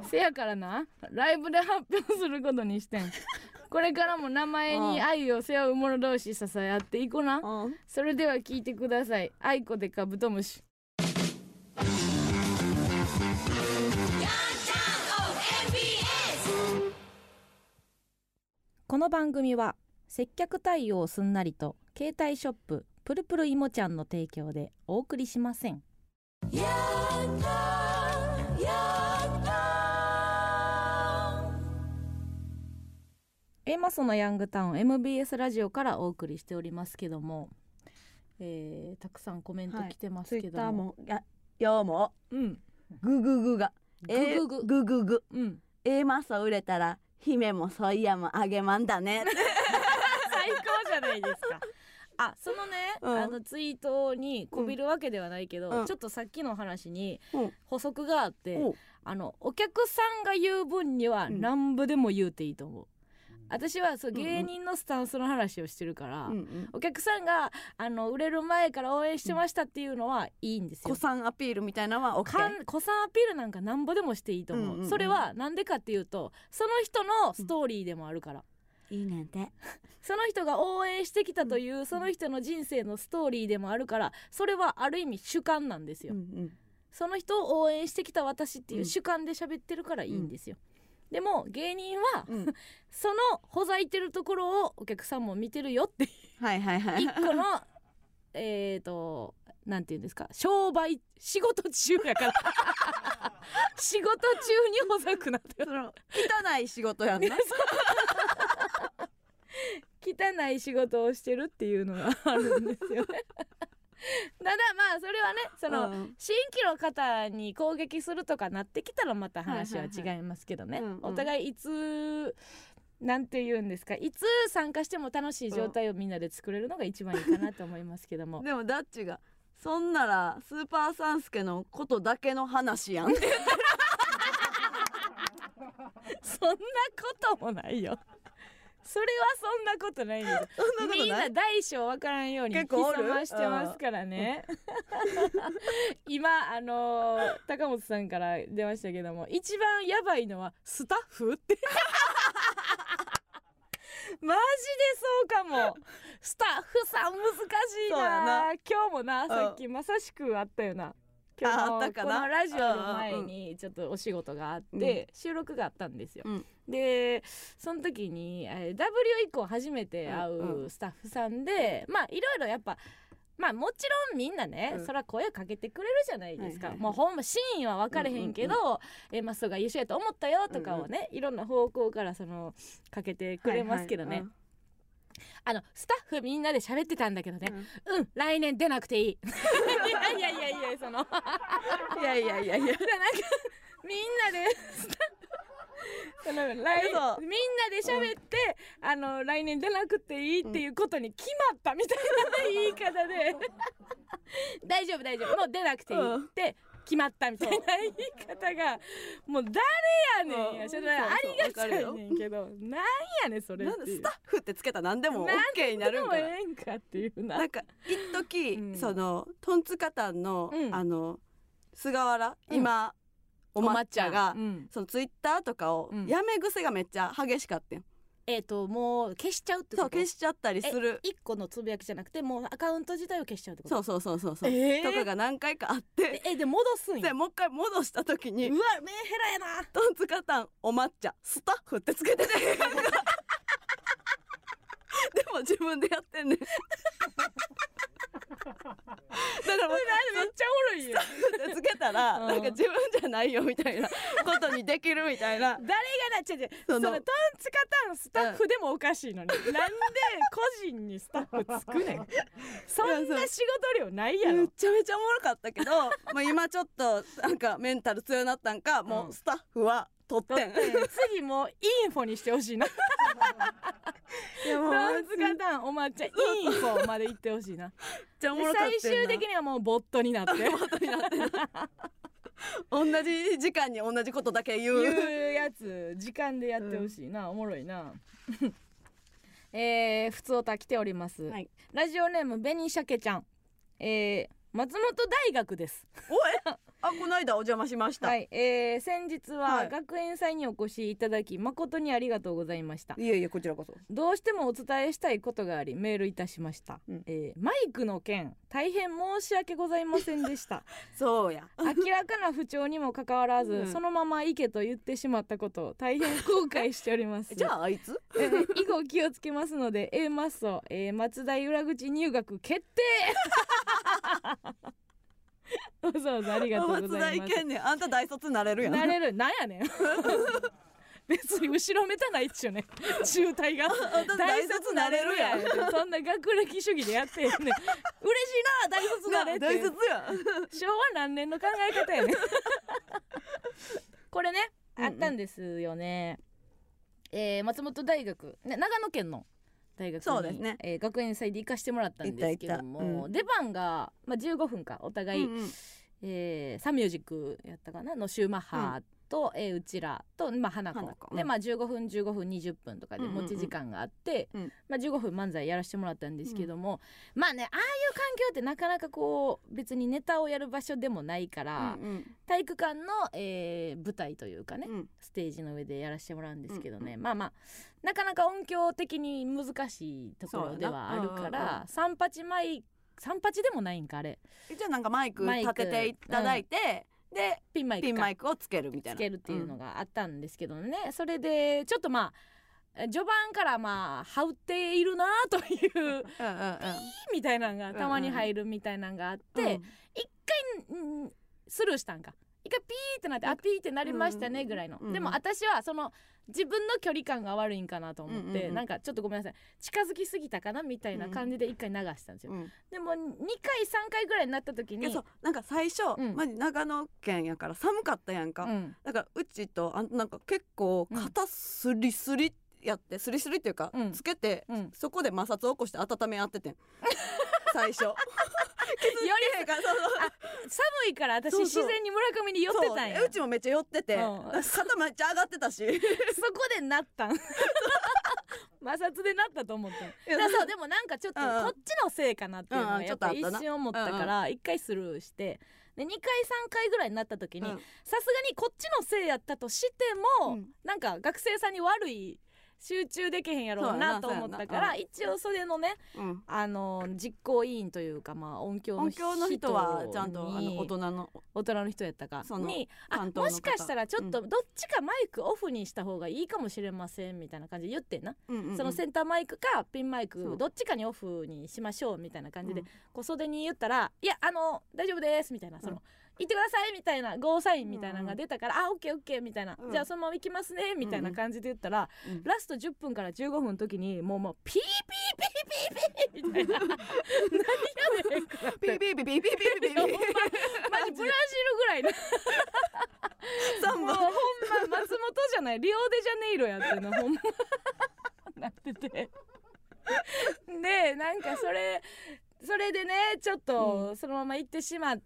せやからなライブで発表することにしてんこれからも名前に愛を背負う者同士支え合っていこうな
うん
それでは聞いてください。あいこでカブトムシ。この番組は接客対応すんなりと携帯ショッププルプルいもちゃんの提供でお送りしません。エマソのヤングタウン MBS ラジオからお送りしておりますけども、えー、たくさんコメント来てます
ツイ
け
ッ
ども、
ターもやようも
うん
グググがえ
ググ
グ
グ
ググ
うん
えマス売れたら姫もソイヤもあげまんだね
最高じゃないですか。あそのね、
うん
あのツイートにこびるわけではないけど、
うん
ちょっとさっきの話に
うん
補足があって、
お
あのお客さんが言う分には
うん
何部でも言うていいと思う、私はそう
うんうん
芸人のスタンスの話をしてるから、
うんうん
お客さんがあの売れる前から応援してましたっていうのはいいんです
子、
よ
さんアピールみたいなのは OK
かん子さんアピールなんかなんぼでもしていいと思う、
うんうんうん
それはなんでかっていうとその人のストーリーでもあるから、
いいねんて
その人が応援してきたというその人の人生のストーリーでもあるからそれはある意味主観なんですよ、
うん
その人を応援してきた私っていう
うん
主観で喋ってるからいいんですよ、でも芸人は
うんうん
そのほざいてるところをお客さんも見てるよ っていう
はいはいはい
一個のえーとなんて言うんですか商売仕事中やから 仕事中にほざくなって
その汚い仕事やんな
汚い仕事をしてるっていうのがあるんですよねただまあそれはねその、
うん
新規の方に攻撃するとかなってきたらまた話は違いますけどね、
はいはいはいうんうん
お互いいつなんて言うんですかいつ参加しても楽しい状態をみんなで作れるのが一番いいかなと思いますけど も
でもダッチが「そんならスーパーサンスケのことだけの話 やん」って
そんなこともないよ それはそんなことないんです
そ
みんな大小わからんように
結構おる
潜ましてますからね 今あのー高本さんから出ましたけども一番やばいのはスタッフって マジでそうかもスタッフさん難しい
そうや
な
な
今日もな
ん
さっきまさしくあったよな今日
ああ
も
ったかな
このラジオの前にちょっとお仕事があって収録があったんですよ、
うん
でその時にえー W 以降初めて会
うん
うスタッフさんで、まあいろいろやっぱまあもちろんみんなね、
うん
そら声かけてくれるじゃないですか、
はいはいはい
もうほんま真意は分かれへんけど、えーマスオが優秀やと思ったよとかをね、いろんな方向からそのかけてくれますけどね、あのスタッフみんなで喋ってたんだけどね、うん、来年出なくていい。 いやいやいやいや、その、なんか
いやいやいやいや
みんなでスタッフ、その来みんな
嘘
で喋って、あの来年出なくていいっていうことに決まったみたいな言い方で、 大丈夫大丈夫、もう出なくていいって。決まったみたいな言い方がもう誰やねん
う
や
ん
ちょっとありがた
そうそ
い
うわか
ねんけどなんやねんそれっ
なん
て
で
い
ス
う
タッフってつけたら何でも OK になるんか
でも
な
ええんかっていうな
なんか一時、
うん
そのトンツカタンの、
うん
あの菅原、
うん
今お抹茶が、
うん
そのツイッターとかを、
うん
やめ癖がめっちゃ激しかったん
えっ、ともう消しちゃうってこ
そう
と
消しちゃったりする
一個のつぶやきじゃなくてもうアカウント自体を消しちゃうってこと
そううそうそうそうそう、
えー
とかが何回かあって
えで戻すんや
でもう一回戻した時に
うわメンヘラやな
トンツカタンお抹茶スタッフってつけ ててでも自分でやってんねんだからもう
めっちゃおもろいよ
ってつけたら、
うん
なんか自分じゃないよみたいなことにできるみたいな
誰がなっちゃう違うそ
そ
の
の
トンツカタンスタッフでもおかしいのに、なんで個人にスタッフつくねんそんな仕事量ないや
め
ろ
ちゃめちゃおもろかったけ どまあ今ちょっとなんかメンタル強なったんか、もうスタッフは取ってん
次もうインフォにしてほしいな
いやもう
ト
め
ンツカタンお抹茶インフォまで行ってほしいな
っちゃお
で
もろかったんな
最終的にはもうボットになって
同じ時間に同じことだけ言う
いうやつ時間でやってほしいな、おもろいな えー、ふつおた来ております、
はい
ラジオネーム紅鮭ちゃんえー、松本大学です
おえあこの間お邪魔しました、、
はいい、えー、先日
は
はい学園祭にお越しいただき誠にありがとうございました
えいえこちらこそ
どうしてもお伝えしたいことがありメールいたしました、
うん
えーマイクの件大変申し訳ございませんで した
そうや
明らかな不調にもかかわらず、
うん
そのまま行けと言ってしまったことを大変後悔しておりま す
じゃああいつ
えー 以後気をつけますので A マッソ、えー、松田裏口入学決 定わざわざありがとうご
松
ざ
田
い
い
ま
け
す
んねんあんた大卒になれるやん
なれるなんやねん 別に後ろめたないっちゅうねん中退が
私大卒なれるやん
大卒なれるやんそんな学歴主義でやってへんねん嬉しいな大卒なれって
大卒やん
昭和何年の考え方やねこれね、あったんですよね、えー松本大学、ね、長野県の大学に
そうですね
えー学園祭で行かしてもらったんですけども
行った行ったうん
出番が、まあ、15分かお互い、
うんうん
えーサンミュージックやったかなのシューマッハと、うえーうちらと、まあ、花子
花子
で、
うん
まあ、15分15分20分とかで
うんうんう
持
ん
ち時間があって、
うん
まあ、15分漫才やらせてもらったんですけども、まあねああいう環境ってなかなかこう別にネタをやる場所でもないから、
うん
体育館の、えー舞台というかね、
うん
ステージの上でやらせてもらうんですけどね、
うんう
まあまあなかなか音響的に難しいところではある
そう
か
やなうんうん
ら三八マイ三八でもないんかあれ
じゃあなんかマイク
マイク
立てていただいて、で
ピンマイクか
ピンマイクをつけるみたい
つ
な
けるっていうのがあったんですけどね、それでちょっとまあ序盤からまあ羽織っているなと いう
うんうんうんうん
みたいなのがたまに入るみたいなのがあって、一回んスルーしたんか一回ピーってなってあピーってなりましたねぐらいの、
うんうん
でも私はその自分の距離感が悪いんかなと
う
思って、
んうんうん
なんかちょっとごめんなさい近づきすぎたかなみたいな感じで一回流したんですよ、
うん
でも2回3回ぐらいになった時
い
に
やそうなんか最初、
うん
マジ長野県やから寒かったやんか、
うん
だからうちとあんなんか結構
うん
肩スリスリやって、スリスリっていうか、
うん
つけて、
うん、よ
そこで摩擦を起こして温め合っててん最初
り
なんかそうそう
寒いから私
そう
自
そう
然に村上に寄ってたんや
そううちもめっちゃ寄ってて、
うん
肩めっちゃ上がってたし
そこでなったん摩擦でなったと思った
い
ん
や
だからそうでもなんかちょっと
うんうん
こっちのせいかなっていうの
うんう
が
ん
やっぱ
ちょっとあ
一
ったな
瞬思ったから一回スルーしてで2回3回ぐらいになった時に
う
さ
ん
すがにこっちのせいやったとして
う
も、
ん
なんか学生さんに悪い集中できへんやろうなと
そうやな
思った
そう
か
やな
ら一応それのね
うん
あの実行委員というかまあ音響の
音響の人は
に
ちゃんとあの大人の
大人の人やったか
その
にあ
担当の
も
方
しかしたらちょっと
う
どっちかマイクオフにした方がいいかもしれませんみたいな感じで言ってんな、そのセ
ン
ンターマイクかピンマイ
そう
クどっちかにオフにしましょうみたいな感じで、
うん
こう袖に言ったら「いやあの大丈夫です」みたいなその。行ってくださいみたいなゴーサインみたいなのが出たから「あオッケーオッケー」みたいな、
うん
じゃあそのまま行きますね」みたいな感じで言ったら、
うん
ラスト10分から15分の時にもうもうピーピーピーピーピーみ たいな何やねんこれ
ピーピーピーピーピーピーピー
ほんまマジブラジルぐらいな
三
もう
番
ほんま松本じゃないリオデジャネイロやっ てんのほんまなっててでなんかそれそれでねちょっとそのまま行ってしまって、
うんうん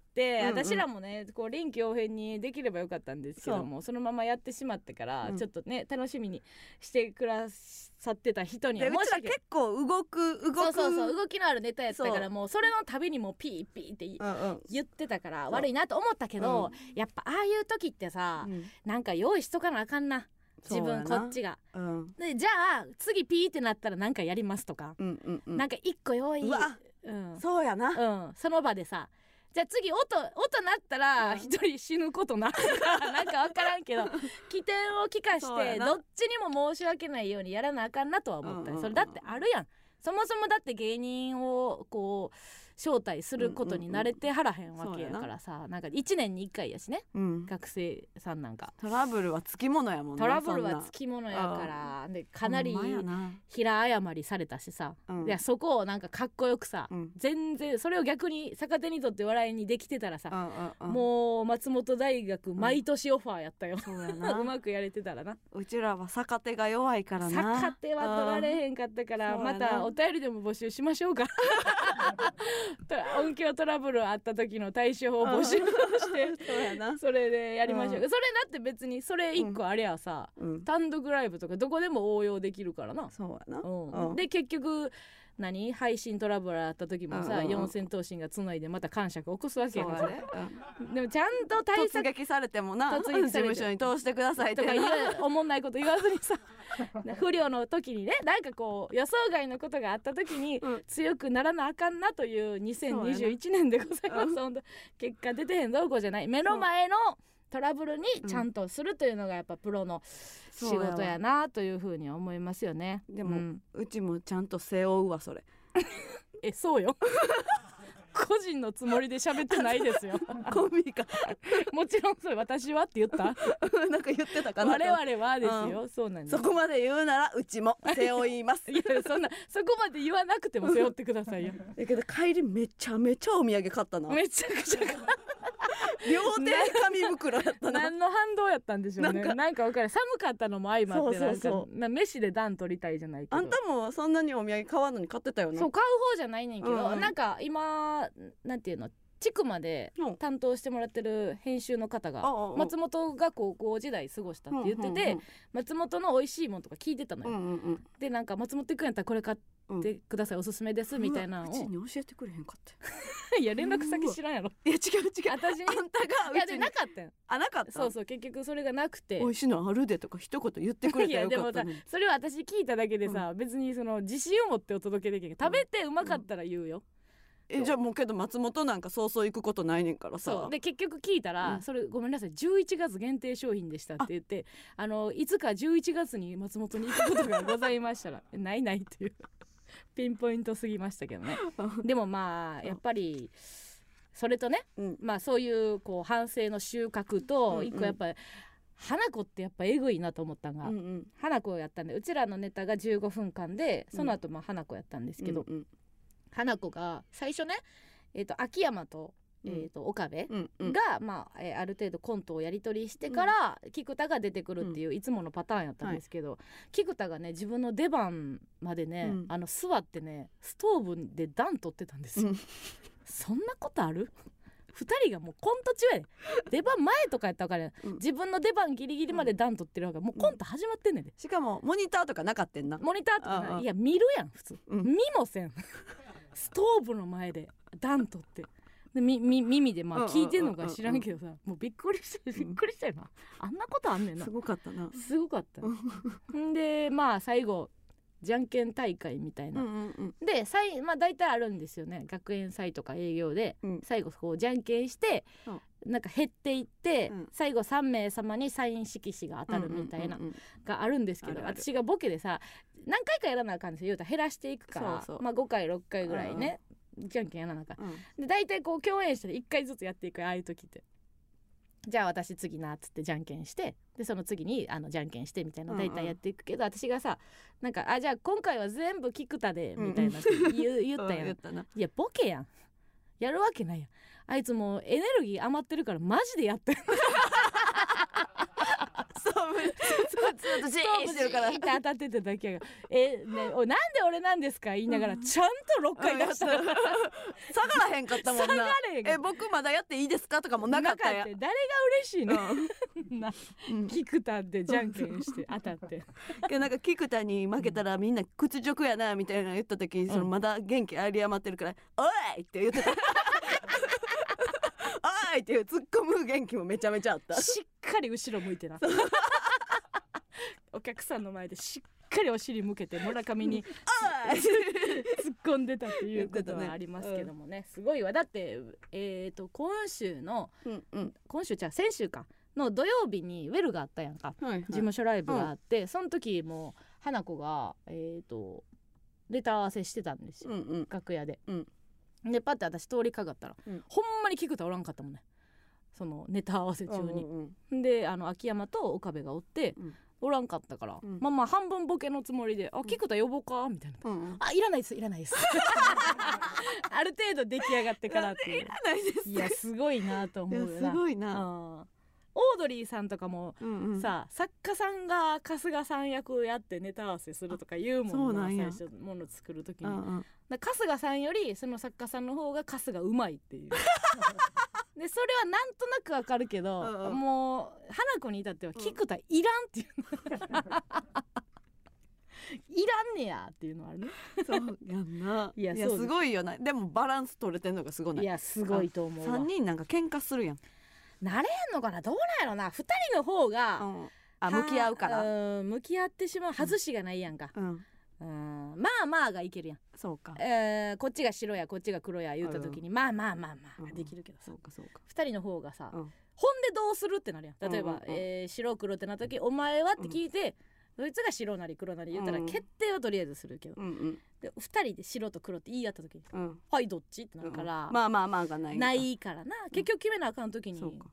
私らもねこう臨機応変にできればよかったんですけどもそのままやってしまったから、
うん
ちょっとね楽しみにしてくださってた人に
で
は
う
申
ち
し
ら
訳ない
結構動く動く
そうそうそう動きのあるネタやったか
そ
ら
う
もうそれのたびにもうピーピーって
うんうん
言ってたから
う
悪いなと思ったけど、やっぱああいう時ってさ、
うん
なんか用意しとかなあかんな自分こっちが。
そうやなうん
でじゃあ次ピーってなったらなんかやりますとか、
うんうんうん
なんか一個用意
うわ
うん
そうやな
うん、その場でさじゃあ次音音鳴ったら
うん
一人死ぬことなるか なんか分からんけど起点を聞か
そう
して
やな
どっちにも申し訳ないようにやらなあかんなとは思った、
うんうんうん
それだってあるやんそもそもだって芸人をこう招待することに慣れてはらへんわけやからさ、なんか1年に1回やしね
うん
学生さんなんか
トラブルはつきものやもんな
トラブル
そん
は
な
つきものやからでかなり
ほんまやな
平謝りされたしさ、
うん
いやそこをなんかかっこよくさ、
うん
全然それを逆に逆手にとって笑いにできてたら
う
さ、
んうんうん
もう松本大学毎年オファーやったよ、
そうや
う
な
まくやれてたらな
うちらは逆手が弱いからな
逆手は取られへんかったから
うん
ま
そうや
た
な
お便りでも募集しましょ うかと音響トラブルあった時の対処法を募集して
うん そうやな
それでやりまし
う
ょう、それだって別にそれ一個あれやさ、
うん
単独ライブとかどこでも応用できるからな
そうやな
う、
うんん
で結局何配信トラブルあった時も
うん
さ
うんうん
四千頭身がつないでまた感触起こすわけや
そう
か
や
ら
ねうん
でもちゃんと対
突
策
撃されてもな事
突撃されて
務所に通してくださいっ
と
て
か
な
言うおもんないこと言わずに さ不良の時にねなんかこう予想外のことがあった時に
うん
強くならなあかんなという2021年でございます、
うん
本当結果出てへんどうこうじゃない目の前のトラブルにちゃんとするというのがやっぱプロの仕
そうやわ
事やなというふうに思いますよね。
でも
うん
うちもちゃんと背負うわそれ
えそうよ 個人のつもりで喋ってないで すよ
コンビか
もちろんそれ私はって言った
なんか言ってたかな
我々はですよ、そうなんです
そこまで言うならうちも背負います
いやそんなそこまで言わなくても背負ってくださいよ
だけど帰りめちゃめちゃお土産買ったな
めちゃくちゃ
両手紙袋や ったな
何の反動やったんでしょうね
なん
な
か
んか分かる寒かったのも相まって
そ
な
うんそう
か
そう
な飯で暖取りたいじゃないけど
あんたもそんなにお土産買わんのに買ってたよな
そう買う方じゃないねんけど、
うんうん
なんか今なんていうの地区まで
うん
担当してもらってる編集の方
あ
が
ああ
松本が高校時代過ごしたって言ってて、松本の美味しいもんとか聞いてたの
う
よ、
んうんうん
でなんか松本くんやったらこれ買ってください、おすすめですみたいな
う
の
わう
を
ちに教えて くれへんかっ
いや連絡先知らん やろ
たいや違う違う
私に
あんたが
いや
うち
で
に
なかったよ
あなかった
そうそう結局それがなくて
美味しいのあるでとか一言言ってくれ
い
たら
や
よ
で
か
も
った
さ
のに
それは私聞いただけでさ、別にその自信を持ってお届けできる食べてうまかったら言うよ、
えじゃあもうけど松本なんかそうそう行くことないねんからさ
そうで結局聞いたら、
うん
それごめんなさい11月限定商品でしたって言ってあのいつか11月に松本に行くことがございましたら ないないって いうピンポイントすぎましたけどねでもまあやっぱりそれとね、
うん
まあそういうこう反省の収穫
うんう
と
ん
一個やっぱり、花子ってやっぱえぐいなと思ったんが、
うんうん
花子をやったんでうちらのネタが15分間でその後まあ花子やったんですけど、
うん
花子が最初ね、えー、と秋山と,、えー、と岡部、
うんうん
が、まあえーある程度コントをやり取りしてから、菊田が出てくるっていういつものパターンやったんですけど、菊田がね自分の出番までね、
うん
あの座ってねストーブで暖取ってたんですよ。
うん
そんなことある二人がもうコント中やねん出番前とかやったら分かるやん、
うん
自分の出番ギリギリまで暖取ってるわけもうコント始まってんねんで、
しかもモニターとかなかったんな
モニターとか
あ
な
あ
いや見るやん普通、
うん
見もせんストーブの前で暖取ってでみみ耳でま
うん
あ
うん
聞いてんのか知らんけどさもうびっくりしたびっくりしたよなあんなことあんねんな
すごかったな
すごかったんでまあ最後じゃんけん大会みたいな、
んうん
で最まあ大体あるんですよね学園祭とか営業で、
うん
最後こうじゃんけんして、なんか減っていって、
うん
最後3名様にサイン色紙が当たるみたいな
うんうんうん
があるんですけど
あるある
私がボケでさ何回かやらなあかんですよ言うたら減らしていくから
そうそう
まあ、5回6回ぐらいね、じゃんけんやらなあかん
うん
で大体こう共演者で1回ずつやっていくああいう時ってじゃあ私次なっつってじゃんけんしてでその次にあのじゃんけんしてみたいな
うんうん
大体やっていくけど、私がさなんか「あじゃあ今回は全部菊田で」みたいな言う言った やん
言ったない
やボケやんやるわけないやんあいつもうエネルギー余ってるからマジでやってる
そうずっとジーンしてるから
ジーンって当たってただけやがえねおなんで俺なんですか言いながらちゃんと6回出した
うんやった下がらへんかったもんな
れへんか
え僕まだやっていいですかとかもなかったや
誰が嬉しいね、な
うん
菊田でじゃんけんして当たって
いやなんか菊田に負けたらみんな屈辱やなみたいなの言った時にそのまだ元気あり余ってるから「おい!」って言って た「おい!」っていう突っ込む元気もめちゃめちゃあった
しっかり後ろ向いてなお客さんの前でしっかりお尻向けて村上に
「おい!」
突っ込んでたっていうこ
言
と
ってた
は
ね
ありますけどもねすごいわだってえー、と今週の
うんうん
今週じゃあ先週かの土曜日にウェルがあったやんか
はい
事務所ライブがあって、その時も花子がえっ、とレター合わせしてたんですよ、
うんうん
楽屋で、
うん
でパッて私通りかかったら、
うん
ほんまに菊田おらんかったもんねそのネタ合わせ中に、
うん
であの秋山と岡部がおって、
うん
おらんかったから、
うん
まあまあ半分ボケのつもりで「あ菊田呼ぼうか」みたいな
うんうん
あいらないですいらないです ある程度出来上がってからっていう
ないで
いやすごいなと思うよ
す
な
ごいな
うんオードリーさんとかも
うんうん
さ、作家さんが春日さん役をやってネタ合わせするとか言うもん
あそうなんや
最初もの作る時
う
に、
んうん
だから春日さんよりその作家さんの方が春日うまいっ ていうでそれはなんとなくわかるけど、
うんうん
もう花子に至っては菊田いらんっていう、いらんねやっていうのはあるね
そうやんないい
や
や
そうです
すごいよなでもバランス取れてんのがすごないい
やすごいと思うわ
三人なんか喧嘩するやん
慣れんのかなどうなんやろな二人の方が、
うんあ向き合うから
はうん向き合ってしまう外しがないやんか、
うん
うん、まあまあがいけるやん
そうか
えーこっちが白やこっちが黒や言うた時に、まあまあまあま
う
あ
ん
できるけどさ、
そうかそうか
二人の方がさ、
うん
ほんでどうするってなるやん例えば、
うんうんうん
えー白黒ってなった時「お前は?」って聞いて、そいつが白なり黒なり言ったら
うん
決定はとりあえずするけど、
うんうん
で二人で白と黒って言い合った時に
うん
「はいどっち?」ってなるから、
まあまあまあがない
ないからな結局決めなあかん時に、
そうか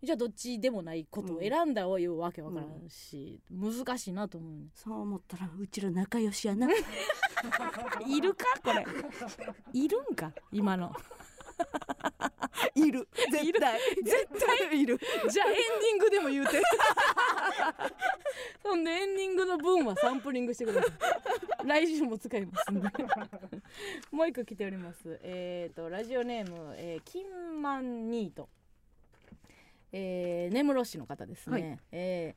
じゃあどっちでもないことを選んだはようわけわからんし、難しいなと思うね
そう思ったらうちら仲良し やな
いるか これいるんか今の
いる絶対絶対いる
じゃあエンディングでも言うてほんでエンディングの分はサンプリングしてください来週も使いますんでもう一個来ておりますえっ、とラジオネーム、えー、金満ニートえー、根室市の方ですね、
はい
え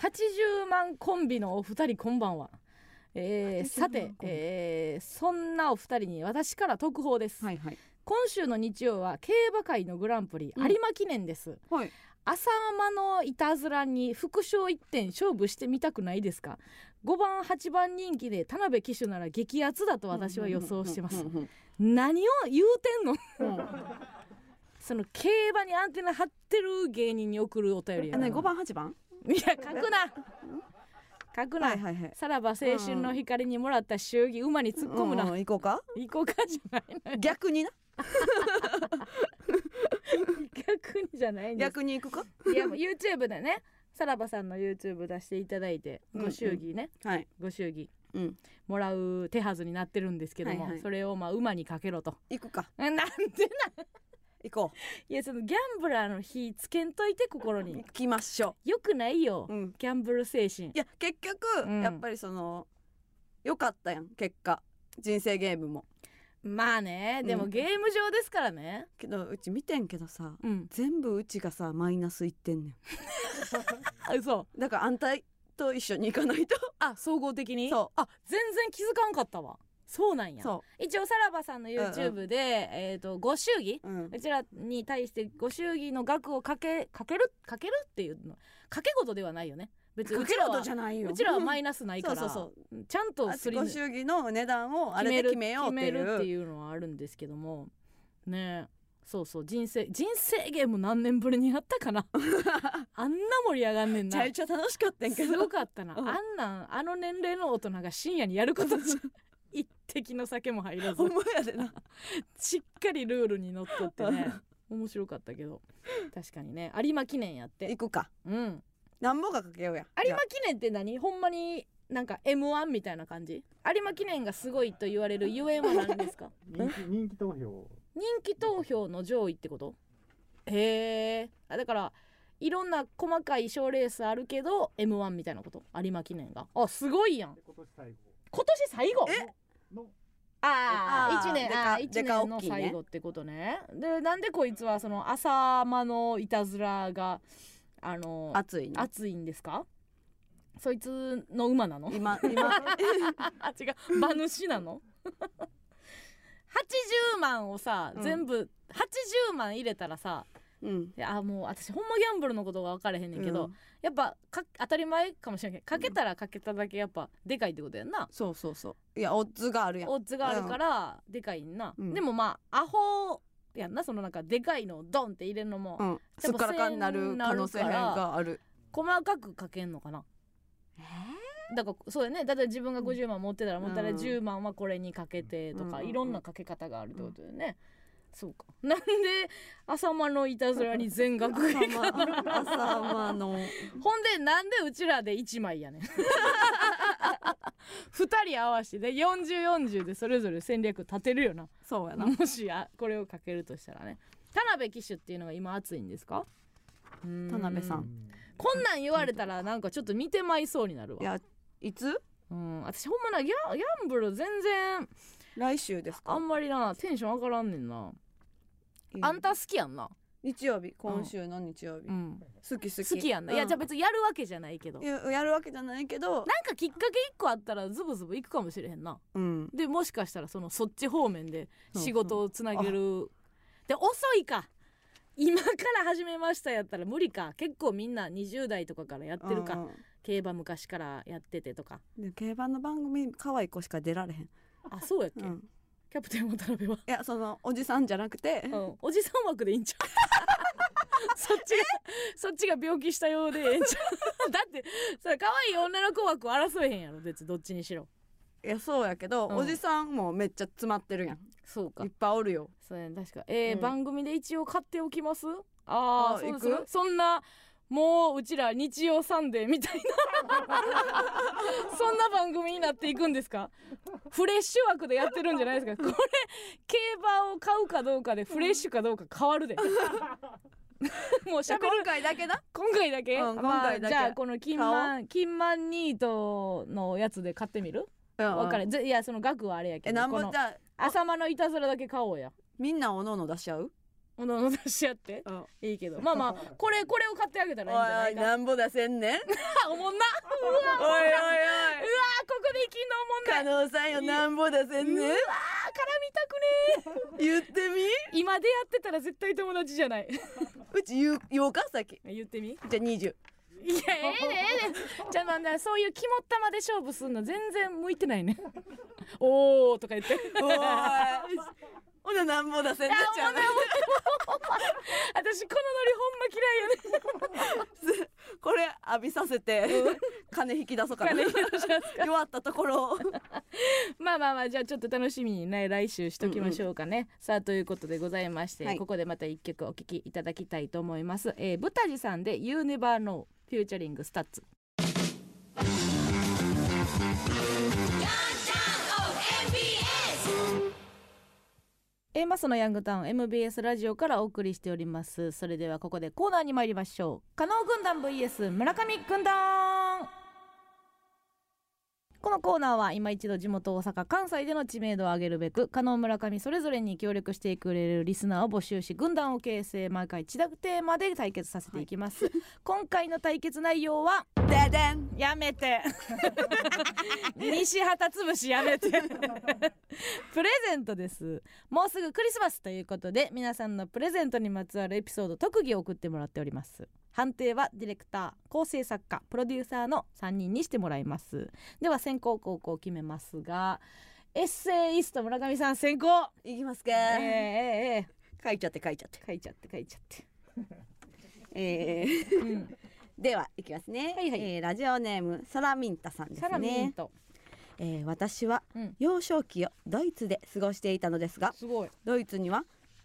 ー、80万コンビのお二人こんばんはえー、
80
さ
万コンビ
て、えー、そんなお二人に私から特報です、
はいはい
今週の日曜は競馬界のグランプリ有馬記念です、
はい
朝間のいたずらに副賞一点勝負してみたくないですか5番8番人気で田辺騎手なら激アツだと私は予想してます
うんうん
何を言うてんの
うんうん
その競馬にアンテナ張ってる芸人に送るお便りや
あ
な
ね五番八番
いや書くな書くな、
はいはいはい
さらば青春の光にもらった祝儀馬に突っ込むな、
うんうん行こうか
行こうかじゃないのよ
逆にな
逆にじゃないんです
逆に行くか
いやもう YouTube でねさらばさんの YouTube 出していただいて
うん
ご祝儀ね、
はい
ご祝儀、
うん
もらう手はずになってるんですけども、
はいはい
それをまあ馬にかけろと
行くか
なんでなん
行こ
いやそのギャンブラーの火つけんといて心
う
に
行きましょ
よくないよ、
ううん
ギャンブル精神
いや結局、
うん
やっぱりその良かったやん結果人生ゲームも
まあねでも
うん
ゲーム上ですからね
けどうち見てんけどさ
うん
全部うちがさマイナスいってん ね
あそうん
だからあんたと一緒に行かないと
あ総合的に
そ
あ全然気づかんかったわそうなんや
そ
一応さらばさんの YouTube で、えっ、とご祝儀
う、うん
うちらに対してご祝儀の額をかけかけるかけるっていうのかけ事ではないよね別にう
か
ち
け
ら
ろ
は
とじゃないよ
うちらはマイナスないから
そうそう
ちゃんと
あ
すり
ご祝儀の値段をあれで決めようってい
決めるって
う
いうのはあるんですけどもねえそうそう人生人生ゲーム何年ぶりにやった かなあんな盛り上がんねん
めち
な
ゃめちゃ楽しかったんやけ
すご
ど
かったな、
うん
あんなんあの年齢の大人が深夜にやることじゃ一滴の酒も入らず
ほんまやでな
しっかりルールにのっとってね面白かったけど確かにね有馬記念やって
行くか
うん
なんぼかかけようや
有馬記念って何ほんまになんか M1 みたいな感じ有馬記念がすごいと言われるゆえんは何ですか
人気人気投票
人気投票の上位ってことへえあだからいろんな細かい賞レースあるけど M1 みたいなこと有馬記念があすごいやん
で今年最後
今年最後
の
あ
あ
あ
ー
1年
でか
あー一
でか
年の
大きいね
最後ってことねでなんでこいつはその朝間のいたずらがあの
暑いね
熱いんですかそいつの馬なの
今今
あ違う馬主なの80万をさ、
うん
全部80万入れたらさ
うん
いやあーもう私ほんまギャンブルのことが分からへんねんけど、
うん
やっぱか当たり前かもしれんけどかけたらかけただけやっぱでかいってことやんな
そうそうそういやオッズがあるやん
オッズがあるからでかいんな、
うん
でもまあアホやんなそのなんかでかいのをドンって入れるのも、
うんすっからかんなる可能性がある
細かくかけんのかなだからそうやねだって自分が50万持ってたら持ったら
うん
10万はこれにかけてとか、
うん
いろんなかけ方があるってことだよね、そうかなんで朝間のいたずらに全額
朝
かけたの
間朝間の
ほんでなんでうちらで1 枚やねん2人合わせてで4040でそれぞれ戦略立てるよな
そうやな
もしあこれをかけるとしたらね田辺騎手っていうのが今熱いんですかうーん
田辺さ
うんん
こんなん言われたらなんかちょっと見てまいそうになる
い
わ
やいつ
うん私ほんまなギャギャンブル全然
来週です
あ
か
んまりなテンション上がらんねんな、あんた好きやんな、
日曜日今週の日曜日
うん、
好き好き
好きやんな、いやじゃあ
うん
別にやるわけじゃないけど
い
なん
ややるわけじゃないけど
かきっかけ一個あったらズブズブいくかもしれへんな
うん
でもしかしたらそのそっち方面で
そうそう
仕事をつなげるで遅いか今から始めましたやったら無理か結構みんな20代とかからやってるか、
うん
競馬昔からやっててとか
で競馬の番組可愛い子しか出られへん、
あそうやっけ、
うん、
キャプテン渡辺は、
いやそのおじさんじゃなくて、
うんおじさん枠でいいんち ゃうそっちがそっちが病気したようでええんちゃ うだってそれ可愛い女の子枠を争えへんやろ別にどっちにしろ
いやそうやけど、
うん
おじさんもめっちゃ詰まってるやん
そうか
いっぱいおるよ
そうやね確かえー
うん
番組で一応買っておきますああ
あー
そうです
行く
そんなもううちら日曜サンデーみたいな そんな番組になっていくんですかフレッシュ枠でやってるんじゃないですかこれ競馬を買うかどうかでフレッシュかどうか変わ るでもうしゃべる
今回だけだ
今回だけ,
う
まあ、
ん今回だけ
じゃあこの金満金満ニートのやつで買ってみるわか
る
るぜいやその額はあれやけ
え
ど
なん
こ
ぼ
の
じゃあ
朝間のいたずらだけ買おうや
みんなおのおの出し合う、
おのおの出し合 って
うん、
いいけどまあまあこれこれを買ってあげたらいいんじ
お
ゃないいかな
なんぼ出せんねん
おもんなうわ
おいおい
おうわ
おい
ここで生きんのおもんな
加納さんよなんぼ出せんねん
あ絡みたくね
言って
え今出会ってたら絶対友達じゃない
みうち言う言おうか先
言ってみいや
じゃあ20
ええねえ えねじゃあまあなそういう肝っ玉で勝負すんの全然向いてないね おーとか言って
おい ほななんぼ出せんねんちゃう
私このノリほんま嫌いよね
これ浴びさせて 金引き出そうかな 弱ったところを
まあまあまあじゃあちょっと楽しみにね来週しときましょうかね、さあということでございまして、
はい
ここでまた一曲お聴きいただきたいと思いますえー、ブタジさんで You Never Know フューチャリングスタッツえー、マスのヤングタウン MBS ラジオからお送りしておりますそれではここでコーナーに参りましょう加納軍団 VS 村上軍団このコーナーは今一度地元大阪関西での知名度を上げるべく加納村上それぞれに協力してくれるリスナーを募集し軍団を形成毎回違うテーマで対決させていきます、今回の対決内容は
ででん
やめて 西畑潰しや めてプレゼントですもうすぐクリスマスということで皆さんのプレゼントにまつわるエピソード特技を送ってもらっております判定はディレクター構成作家プロデューサーの3人にしてもらいますでは先行後攻を決めますがエッセイスト村上さん先行
いきますか、
えー、え
書いちゃって書いちゃって
ー、えー、書いちゃって書いちゃって
えー、
うん
ではいきますね、
はいはい
えーラジオネームソラミンタさんです
サラミン
ね、
ト
えー私は
うん
幼少期をドイツで過ごしていたのですが
すごい
ドイツには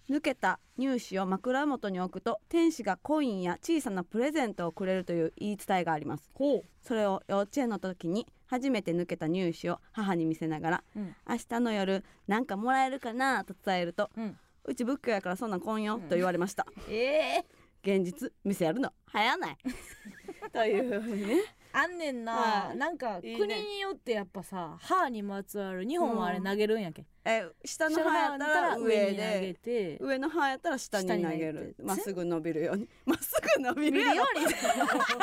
抜けた乳歯を枕元に置くと天使がコインや小さなプレゼントをくれるという言い伝えがあります
ほ
それを幼稚園の時に初めて抜けた乳歯を母に見せながら
ううん
明日の夜なんかもらえるかなと伝えると
うん
うち仏教やからそんなん来んよと言われました、
ええ
現実店やるの早ない というふうにね
あんねんな、
はい
なんか
いい
国
ね
によってやっぱさ歯にまつわる日本はあれ
うん
投げるんやけ、
え下の
下の
歯
歯
やっ
やったた
ら
ら
上
上に投げ
で
て
上の歯やったら下に投
下に
げ
投げ
る
て
まっすぐ伸びるように まっすぐ伸びる
伸
や
びるよ
ろ
うに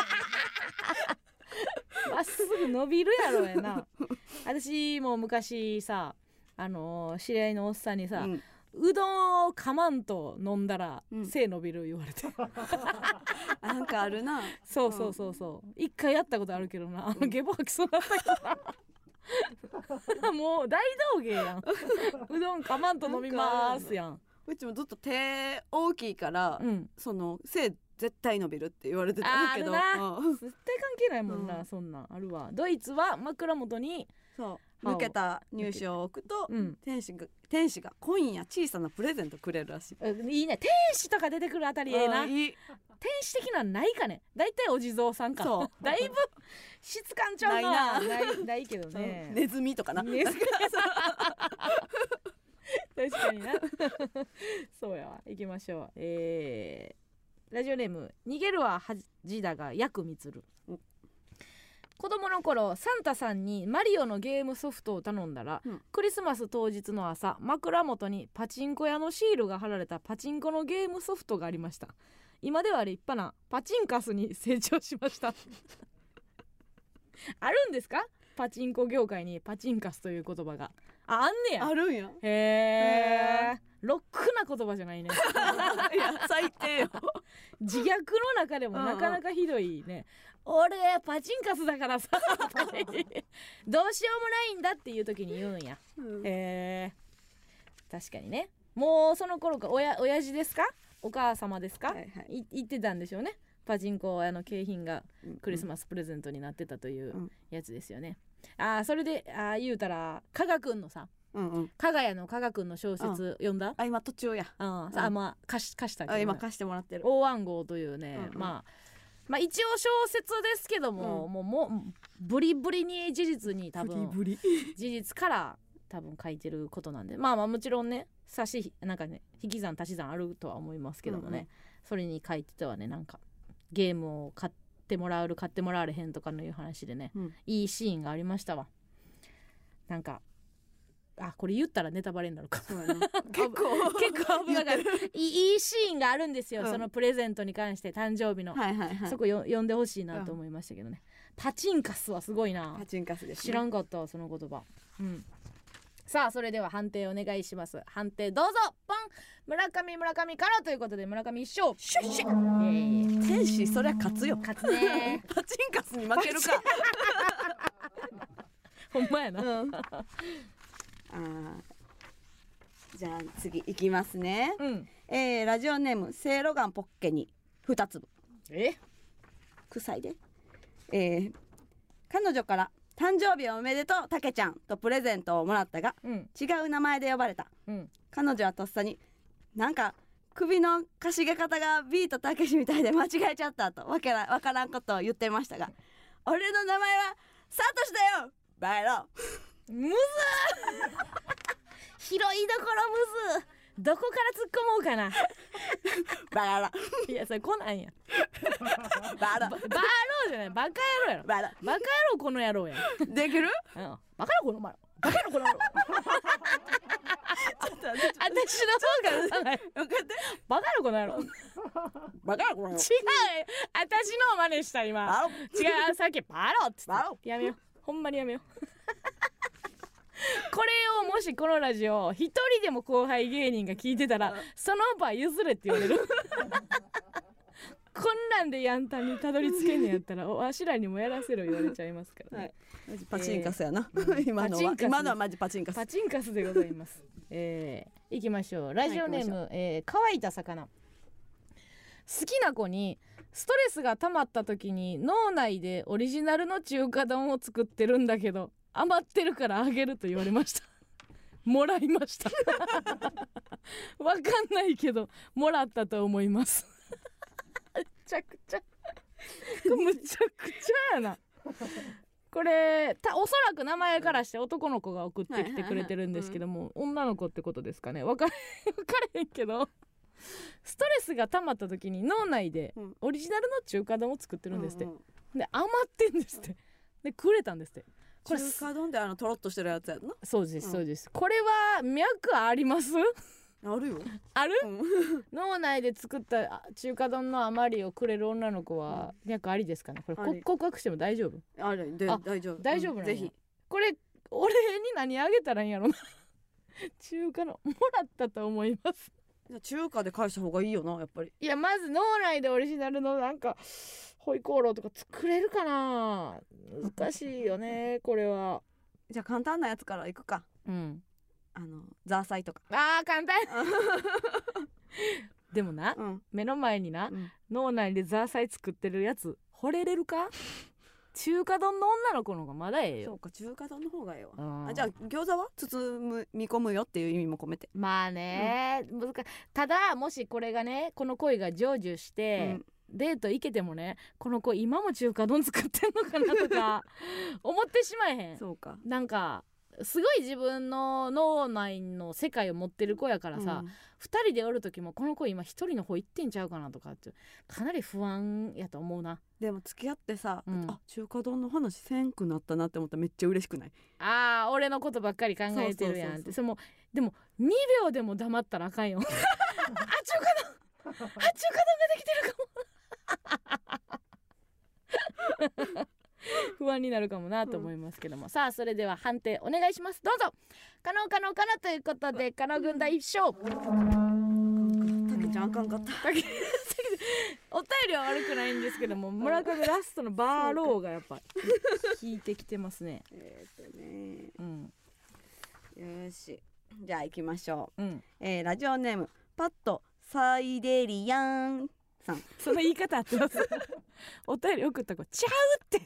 まっすぐ伸びるやろやな私も昔さあのー知り合いのおっさんにさ、う
うん
どんをかまんと飲んだら
うん
背伸びる言われて、
なんかあるな
そうそうそうそう一回やったことあるけどなあのゲボ吐きそうだったけどなもう大道芸 やんうどんかまんと飲みますやん
うちもずっと手大きいから、
うん
その背絶対伸びるって言われてたんやけど
あーあるな
うん
絶対関係ないもんな、
うん
そんなんあるわドイツは枕元に
そう
歯を
抜けた入試を置くと、
うん
天使が天使がコインや小さなプレゼントくれるらしい。
えいいね天使とか出てくるあたりええ
あ
な
ー
天
いい
使的なんないかね大体お地蔵さんか
そ
だいぶ質感ちゃうな
ない
ないないけどね
ネズミとかな。
ね 確かにな そうやわ行きましょうえーラジオネーム「逃げるは恥だが役みつる」子供の頃サンタさんにマリオのゲームソフトを頼んだら、
うん
クリスマス当日の朝枕元にパチンコ屋のシールが貼られたパチンコのゲームソフトがありました今では立派なパチンカスに成長しました あるんですかパチンコ業界にパチンカスという言葉がああんねや
あ るんや。
へえロックな言葉じゃ ないね
いや最低よ。
自虐の中でもなかなかひどいね俺パチンカスだ からさどうしようもないんだっていう時に言うんやへえ確かにねもうその頃から親親父ですかお母様ですか、
はいはい
い言ってたんでしょうねパチンコ屋の景品がクリス
マ
マスプレゼントになってたとい
うん
うやつですよね、ああそれでああ言うたら加賀くんのさ
ス。うんうん。
加賀谷の加賀くんの小説読んだ
あ今途中や。
あ
ん
あ、さあまあ貸し貸したけど
あ
ね
今貸してもらってる。
大暗号というね、
うんうん
まあまあ一応小説ですけども、
うん
もうもうブリブリに事実に多分
ブリ
事実から多分書いてることなんでまあまあもちろんね差しなんかね引き算足し算あるとは思いますけどもね、
うんうん
それに書いてたわねなんかゲームを買ってもらう買ってもらわれへんとかのいう話でね、
うん
いいシーンがありましたわなんかあこれ言ったらネタバレになる か
そうやな。結構
結構危なかった
言ってる
いいいシーンがあるんですよ、
うん
そのプレゼントに関して誕生日の、
はいはいはい
そ。こよ読んでほしいなと思いましたけどね、パチンカスはすごいな
パチンカスです、ね。
知らんかったわその言葉うんさあそれでは判定お願いします判定どうぞポン村上村上からということで村上一勝シュッシュッイエーイ
天使そりゃ勝つよ。
勝つね
パチンカスに負けるか。
ほんまやな、
うん。 あーじゃあ次いきますね。
うん、
えー、ラジオネームせいろがんポッケに二粒
え
臭いで、えー、彼女から誕生日おめでとうたけちゃんとプレゼントをもらったが
うん
違う名前で呼ばれた
うん
彼女はとっさになんか首のかしげ方がビートたけしみたいで間違えちゃったとわけらわからんことを言ってましたが俺の名前はサトシだよバカ野郎
むずー 広いどころむずーどこから突っ込もうかな
バカ野郎
いやそれコナンや
バカ
バ
野郎
バーローじゃないバカ野郎やろ
バカ野郎
バカ野郎この野郎や、
できる
うん、バカ野郎この野郎バカ野郎この野郎私の方がうまい
分かって
バカ野郎この野郎違う
バカ野郎
私のを真似した今
バ
違うさっきバロっつって
バロ
やめようほんまにやめよう これをもしこのラジオ一人でも後輩芸人が聞いてたらその場譲れって言われる こんなんでヤンタンにたどり着けんねやったらおわしらにもやらせろ言われちゃいますからね、
はいマジパチンカスやな、
うん
今の
パチン
は
カス
今のはマジパチンカス
パチンカスでござい ます。えー、いきましょう。ラジオネーム、えー乾いた魚。好きな子にストレスが溜まった時に脳内でオリジナルの中華丼を作ってるんだけど余ってるからあげると言われました。 もらいました。わかんないけどもらったと思 います。むちゃくちゃ。これむちゃくちゃやな。これたおそらく名前からして男の子が送ってきてくれてるんですけども、女の子ってことですかね分かれ 分かれへんけどストレスが溜まった時に脳内で
うん
オリジナルの中華丼を作ってるんですって、
うんうん
で余ってんですってでくれたんですってこれ
中華丼ってあのとろっとしてるやつやん
そうです、
うん
そうですこれは脈あります
なあるよ、
ある
うん
脳内で作ったあ中華丼の余りをくれる女の子は脈ありですかねこれ
あ
こ
り
告白しても大丈夫
あれで
あ
大丈夫
大丈夫なんや
ぜひ
これお礼に何あげたらいいんやろな 中華のもらったと思います
じゃあ中華で返した方がいいよなやっぱり
いやまず脳内でオリジナルのなんかホイコーローとか作れるかな難しいよねこれは
じゃあ簡単なやつからいくか
うん
あのザーサイとか
あー簡単 でもな
うん
目の前にな、
うん
脳内でザーサイ作ってるやつ惚れれる か中華丼の女の子の方がまだええ
そ
よ
うか中華丼の方がええわ
あー
あじゃあ餃子は包む煮込むよっていう意味も込めて
まあね、難しいただもしこれがねこの恋が成就して、デート行けてもねこの子今も中華丼作ってんのかな とか思ってしまえへん
そうか
なんかすごい自分の脳内の世界を持ってる子やからさ、二人でおる時もこの子今一人の方行ってんちゃうかなとかってかなり不安やと思うな
でも付き合ってさ、
うん
あ中華丼の話せんくなったなって思ったらめっちゃ嬉しくない
あー俺のことばっかり考えてるやんってそれもでも2秒でも黙ったらあかんよあ中華丼あ中華丼ができてるかも 不安になるかもなと思いますけども、さあそれでは判定お願いしますどうぞ可能可能可能ということで可能軍団一勝
たけちゃんあかんかった
お便りは悪くないんですけども村上ラストのバーローがやっぱ引いてきてますね
えーっとね
うん
よしじゃあ行きましょ
うん
う、えー、ラジオネームパッとサイデリアンさん
その言い方合ってますお便り送った子「ちゃうって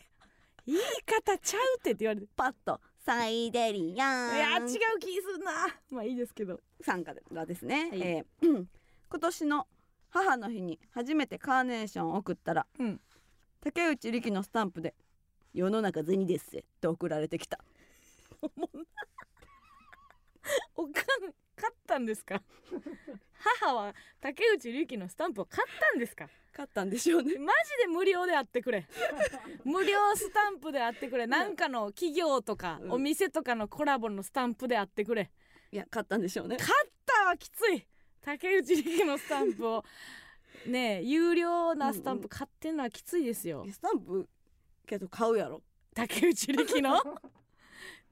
言い方ちゃうって」って言われて「
パッとサイデリ
い
アン
やー違う気すんな」まあいいですけど
さんからですね、
はい
えー うん今年の母の日に初めてカーネーションを送ったら、
うん
竹内力のスタンプで「世の中銭です」って送られてきた
おかん買ったんですか母は竹内力のスタンプを買ったんですか
買ったんでしょうね
マジで無料であってくれ無料スタンプであってくれなんかの企業とか
うん
お店とかのコラボのスタンプであってくれ
いや買ったんでしょうね
買ったはきつい竹内力のスタンプをねえ有料なスタンプ買ってんのはきついですよ、
スタンプけど買うやろ
竹内力の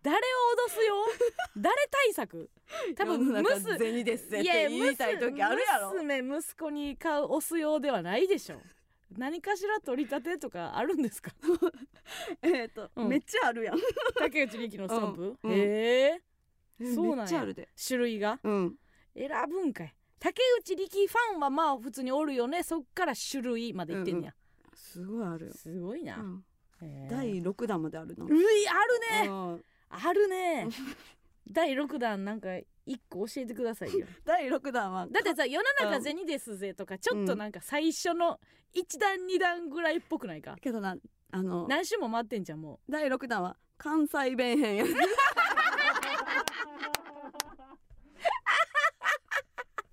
誰を脅すよ誰対策多分
世の
む
中
す
銭ですって言いたい時あるやろ
娘娘息子に買う押すようではないでしょ何かしら取り立てとかあるんで すか
えっと、
うん
めっちゃあるやん
竹内力のスタンプ、
うんうん
へえそうなんや
めっちゃあるで
種類が
うん
選ぶんかい竹内力ファンはまあ普通におるよねそっから種類までいってんねや、
すごいあるよ、
すごいな、
うん
第
第六弾まであるの。
ういあるね
うん
あるね第六弾なんか一個教えてくださいよ
第六弾は
だってさ「世の中銭ですぜ」とかちょっとなんか最初の1弾2弾ぐらいっぽくないか
けどなあの
何周も回ってんじゃんも
第六弾は関西弁編や。
う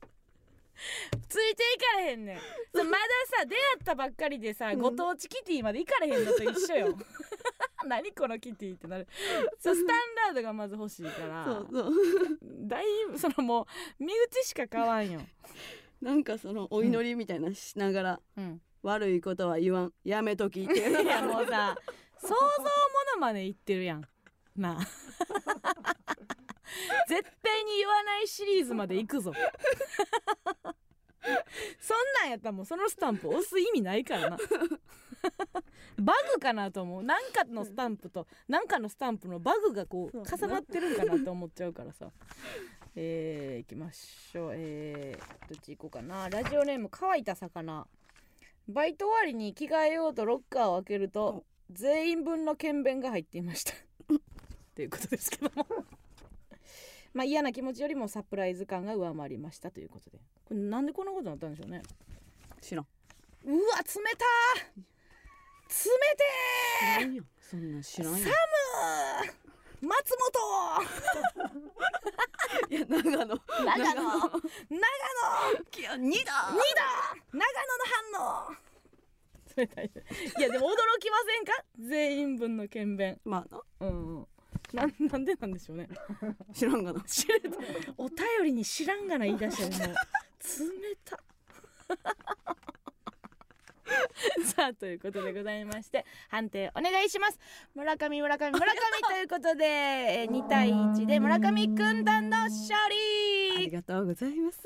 ついていかれへんねんそうまださ出会ったばっかりでさ、
うん
ご当地キティまで行かれへんのと一緒よ 何このキティってなるそうスタンダードがまず欲しいから
そうそう。
だいぶそのもう身内しか買わんよ、
なんかそのお祈りみたいなしながら、
うん、
悪いことは言わんやめときっていう
いやもうさ想像ものまで言ってるやんなあ絶対に言わないシリーズまで行くぞ そんなんやったらもうそのスタンプ押す意味ないからな バグかなと思うなんかのスタンプとなんかのスタンプのバグがこう
そうね
重なってるんかなと思っちゃうからさえー、行きましょうえー、どっち行こうかなラジオネーム乾いた魚バイト終わりに着替えようとロッカーを開けると全員分の検便が入っていまし たっていうことですけどもまあ嫌な気持ちよりもサプライズ感が上回りましたということでこれなんでこんなことになったんでしょうね
知らん
うわ冷たー冷
知らん
て
よそんなん知らんよ
ー松
いや長野
本長野長野の
いや2だ
反応冷たいいやでも驚きませんか全員分の検便
まあな
うんうんなんなんでなんでしょうね
知らんがな
知れたお便りに知らんがな言い出したよもう冷た さあということでございまして判定お願いします村上村上村上ということで、えー、2対1で村上軍団の勝
あり
利
がとうございます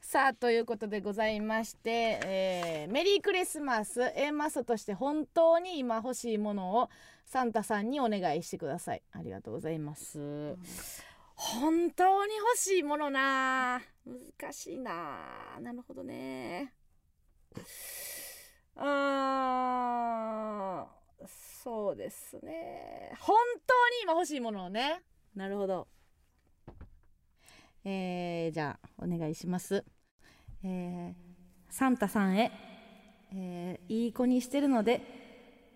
さあということでございまして、えーメリークリスマス A マスとして本当に今欲しいものをサンタさんにお願いしてくださいありがとうございます、本当に欲しいものなあ難しいなあなるほどねうーんそうですね本当に今欲しいものをねなるほどえー、じゃあお願いしますえー、サンタさんへ、えー、いい子にしてるので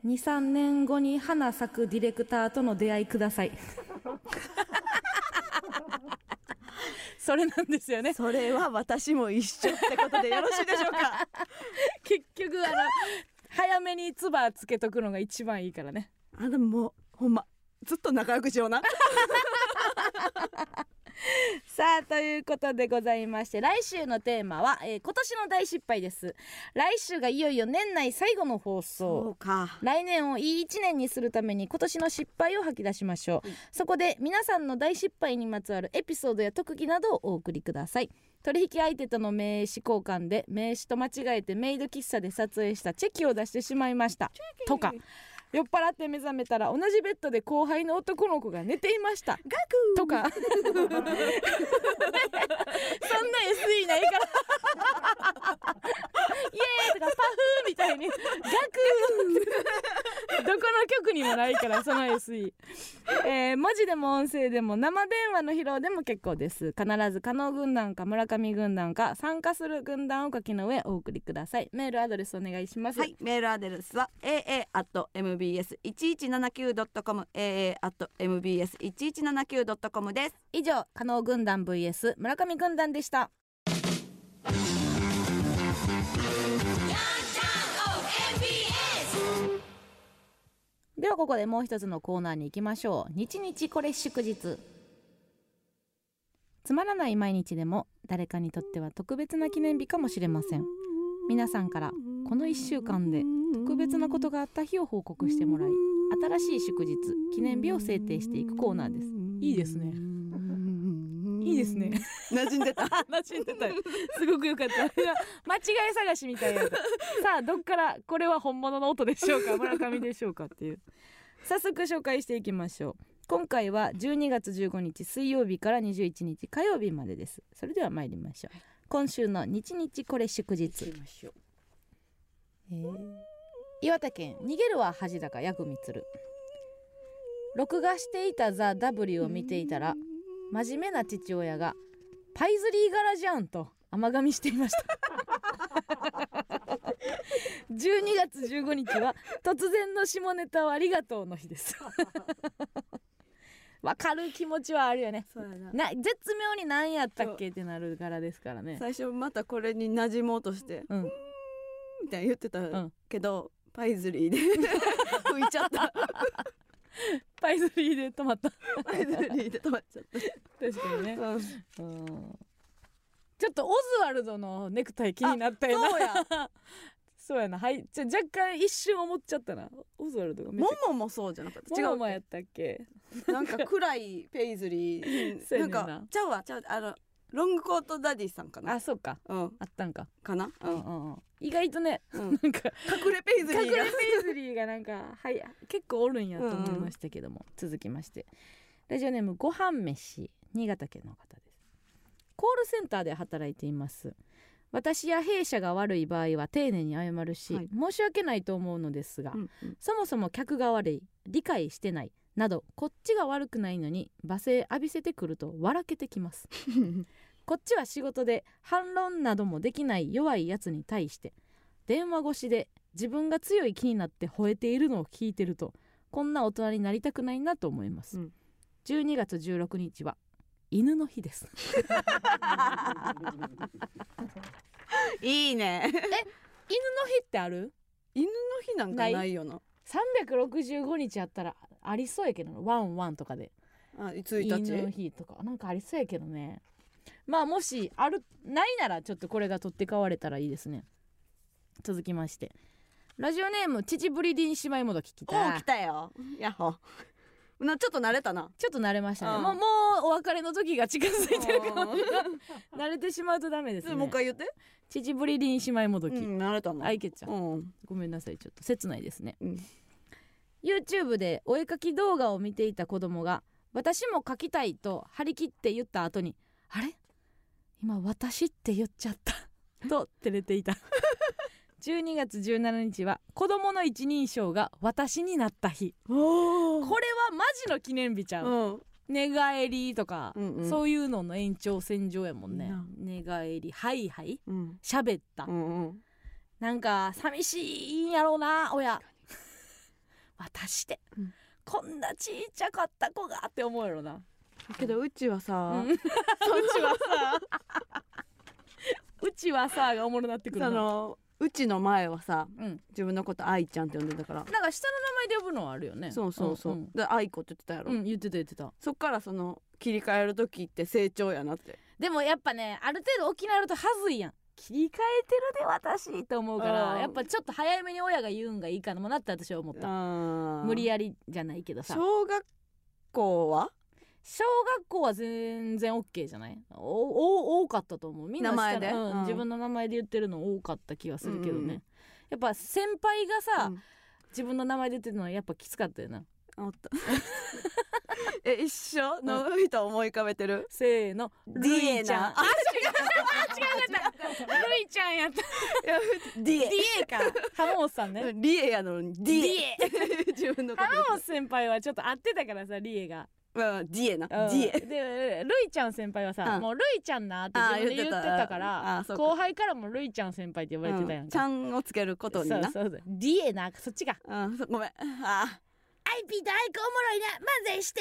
23年後に花咲くディレクターとの出会いください それなんですよね
それは私も一緒ってことでよろしいでしょうか
結局あの早めにツバつけとくのが一番いいからね
あでももうほんまずっと仲良くしよう な
さあということでございまして来週のテーマは、えー今年の大失敗です来週がいよいよ年内最後の放送
うか
来年をいい1年にするために今年の失敗を吐き出しましょう、そこで皆さんの大失敗にまつわるエピソードや特技などをお送りください取引相手との名刺交換で名刺と間違えてメイド喫茶で撮影したチェキを出してしまいましたとか酔っ払って目覚めたら同じベッドで後輩の男の子が寝ていましたとか そんな SE ないからイエーイとかパフーみたいにガクーどこの曲にもないからその SE、えー文字でも音声でも生電話の披露でも結構です必ず加納軍団か村上軍団か参加する軍団を書きの上お送りくださいメールアドレスお願いします、
はい、メールアドレスは aa at mbs 一一七九ドットコム aa at mbs 一一七九ドットコムです。
以上加納軍団 vs 村上軍団でしたではここでもう一つのコーナーに行きましょう日日これ祝日つまらない毎日でも誰かにとっては特別な記念日かもしれません皆さんからこの1週間で特別なことがあった日を報告してもらい新しい祝日記念日を制定していくコーナーですいいですねいいですね
馴染んでた。
馴染んでたよすごく良かった いや間違い探しみたい なさあどっからこれは本物の音でしょうか村上でしょうかっていう早速紹介していきましょう今回は12月15日水曜日から21日火曜日までですそれでは参りましょう今週の日日これ祝日、えー岩手県逃げるは恥だが薬味つる録画していた「ザ・ w を見ていたら真面目な父親が「パイズリー柄じゃん」と甘噛みしていました12月15日は突然の下ネタをありがとうの日ですわかる気持ちはあるよね
そうやな
な絶妙に何やったっけってなる柄ですからね
最初またこれに馴染もうとして
うん
みたいな言ってた
ん
けど、パイズ リーで浮いちゃった
パイズリーで止まった
パイズリーで止まっちゃっ
確かにね
た、うん
うんちょっとオズワルドのネクタイ気になったよな
そうや
そうやなはいじゃ若干一瞬思っちゃったなオズワルドがめっ
モ
ち
モもそうじゃなかった
ゃ
違
モ
う
モやったっけ
なんか暗いペイズリー
そうや
な
ね
ん
んな
かちゃうわちゃうあのロングコートダディさんかな
あそうか
うん
あったんか、
かなう
うんんうんうん、意外とね
うん
なんか
隠れペイズリー
隠れ
が
ペイズリーがなんかはい結構おるんやと思いましたけども、続きましてラジオネームご飯飯新潟県の方ですコールセンターで働いています私や弊社が悪い場合は丁寧に謝るし、
はい
申し訳ないと思うのですが、
うんうん
そもそも客が悪い理解してないなどこっちが悪くないのに罵声浴びせてくると笑けてきますこっちは仕事で反論などもできない弱いやつに対して電話越しで自分が強い気になって吠えているのを聞いてるとこんな大人になりたくないなと思います、
うん
12月16日は犬の日です
いいね
犬の日ってある
犬の日なんかないよな
365日あったらありそうやけどワンワンとかで
あ1日
犬の日とかなんかありそうやけどねまあもしあるないならちょっとこれが取って代われたらいいですね続きましてラジオネーム父ブリディン姉妹もどきき
おー
た
来たよやっほなちょっと慣れたな
ちょっと慣れました
う
ね
ん
もうもうお別れの時が近づいてるかもしれない慣れてしまうとダメで
ちょ
す
っと
ね
もう一回言って
父ブリディン姉妹もどき、
うん慣れたの
あいけちゃん
うん
ごめんなさいちょっと切ないですね、
うん
YouTube でお絵かき動画を見ていた子供が「私も描きたい」と張り切って言った後に「あれ今私って言っちゃった」 と照れていた12月17日は子供の一人称が私になった日
お
これはマジの記念日ちゃう、
うん
寝返りとか、
うんうん
そういうのの延長線上やもんね
な
寝返りはいはい
うん
喋った、
うんうん
なんか寂しいんやろうな親私で、
うん
こんなちっちゃかった子がって思うやろな
けどうちはさ
うんうちはさうちはさがおもろなってくる
そ
な
のうちの前はさ
うん
自分のこと愛ちゃんって呼んでたから
なんか下の名前で呼ぶのはあるよね
そうそうそ
ん
うで愛子って言ってたや
うんう
ろ
ん言ってた言ってた
そっからその切り替える時って成長やなって
でもやっぱねある程度大きなるとはずいやん切り替えてるで私と思うか
あ
ら
ー
やっぱちょっと早めに親が言うんがいいかもなって私は思った無
無
理やりじゃないけどさ
小学校は
小学校は全然 OK じゃないおお多かったと思うみんな
名前で
下のうん
うん
自分の名前で言ってるの多かった気がするけどね、
うんうん
やっぱ先輩がさ、
うん
自分の名前で言ってるのはやっぱきつかったよな
おった え一緒の人思い浮かべてる
せーの
ディエナ
あ違う違う違うルイちゃんやった
ディ
ディエか浜本さんね
リエやのにディエ
ディエ
自分のこ
浜本先輩はちょっと合ってたからさリエが、
とまあディエなデ
うん
ィエ
でルイちゃん先輩はさ、
うん
もうルイちゃんなって自分で言ってたから
あー言ってたあーそうか
後輩からもルイちゃん先輩って呼ばれてたやんか、
うんちゃんをつけることにな
そうそうそうディエなそっちが
うんそごめんあ
アイピーとアイコおもろいな漫才して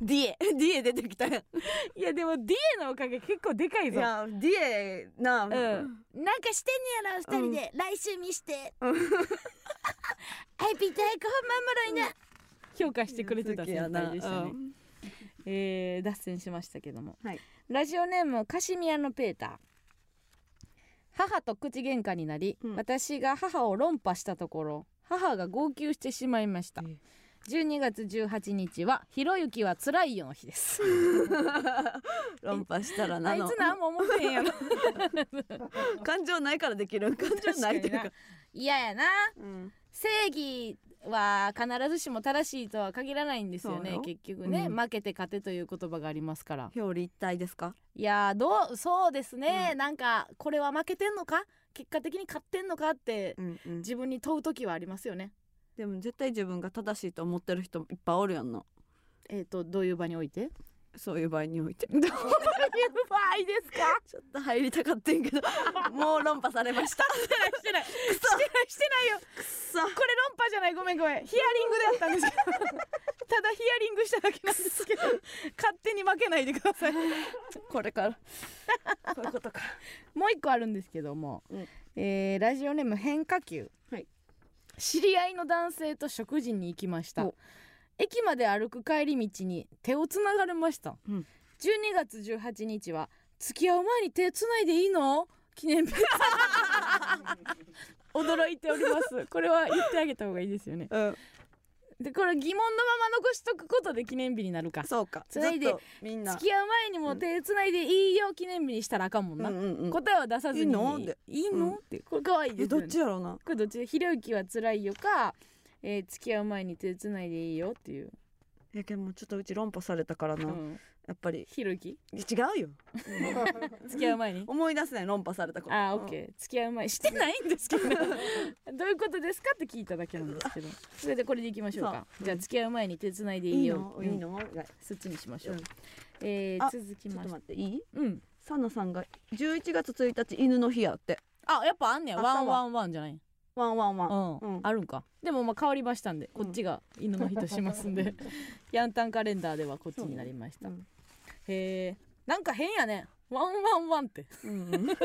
ディ エディエ出てきたやん
いやでもディエのおかげ結構でかい
い
ぞ
やディエな
うん、なんかしてんねやろ二人で、来週見して、 アイピーとアイコほんまおもろいな、評価してくれてた先輩でしたね、
うん
えー脱線しましたけども、
はい
ラジオネームカシミヤのペーター母と口喧嘩になり、
うん
私が母を論破したところ母が号泣してしまいました、
え
12月18日はひろゆきは辛いよの日です
論破したら
あ
ないの
つなんも思ってへ んやろ
感情ないからできる感情ないっていうか
嫌やな
うん
正義は必ずしも正しいとは限らないんですよ
そう
ね
よ
結局ね、
うん
負けて勝てという言葉がありますから
表裏一体ですか
いやーどうそうですね、なんかこれは負けてんのか結果的に勝ってんのかって
うんうん
自分に問う時はありますよね
でも絶対自分が正しいと思ってる人いっぱいおるやんな
えっ、 とどういう場において
そういう場合において
どういう場合ですか
ちょっと入りたかってん けどもう論破されました
してないしてないしてないよ
くそ
これ論破じゃないごめんごめんヒアリングだったんですけど ただヒアリングしただけなんですけど勝手に負けないでください
これからこういうことか
もう一個あるんですけども、
うん
えーラジオネーム変化球、
はい
知り合いの男性と食事に行きました
お
駅まで歩く帰り道に手をつながれました、
うん
12月18日は付き合う前に手つないでいいの記念日 驚いておりますこれは言ってあげた方がいいですよね
うん
でこれ疑問のまま残しとくことで記念日になるか
そうか
つないで
ずっとみんな
付き合う前にも手つないでいいよ記念日にしたらあかんもんな、
うんうんうん
答えは出さ
い
ずに
いので
いいの
うん
ってこれ可愛いで
え
すよ
ど
ね
っちやろうな
これどっちひろゆきは辛いよか、えー付き合う前に手つないでいいよっていう、
いやけどもうちょっとうち論破されたからな、
うん
やっぱり
ひろゆき
違うよ
付き合う前に
思い出せない論破されたこと
あーオッケー付き合う前してないんですけどどういうことですかって聞いただけなんですけどそれでこれでいきましょうか
そう
じゃあ付き合う前に手つないで
うん
い
い
い
い
よ
のいい
うん
の、が
そっちにしましょう、
うん
えー
あ
続き
ちょっ
ま
と
して
待っていい
うん
サナさんが11月1日犬の日やって
あやっぱあんねや
あったわ
ワンワンワンじゃない
ワンワンワン
うん、
うん
あるんかでもまあ変わりましたんでこっちが犬の日としますんで、 ヤンタンカレンダーではこっちになりました、
うん
へえなんか変やねワンワンワンって
うんうん
やっ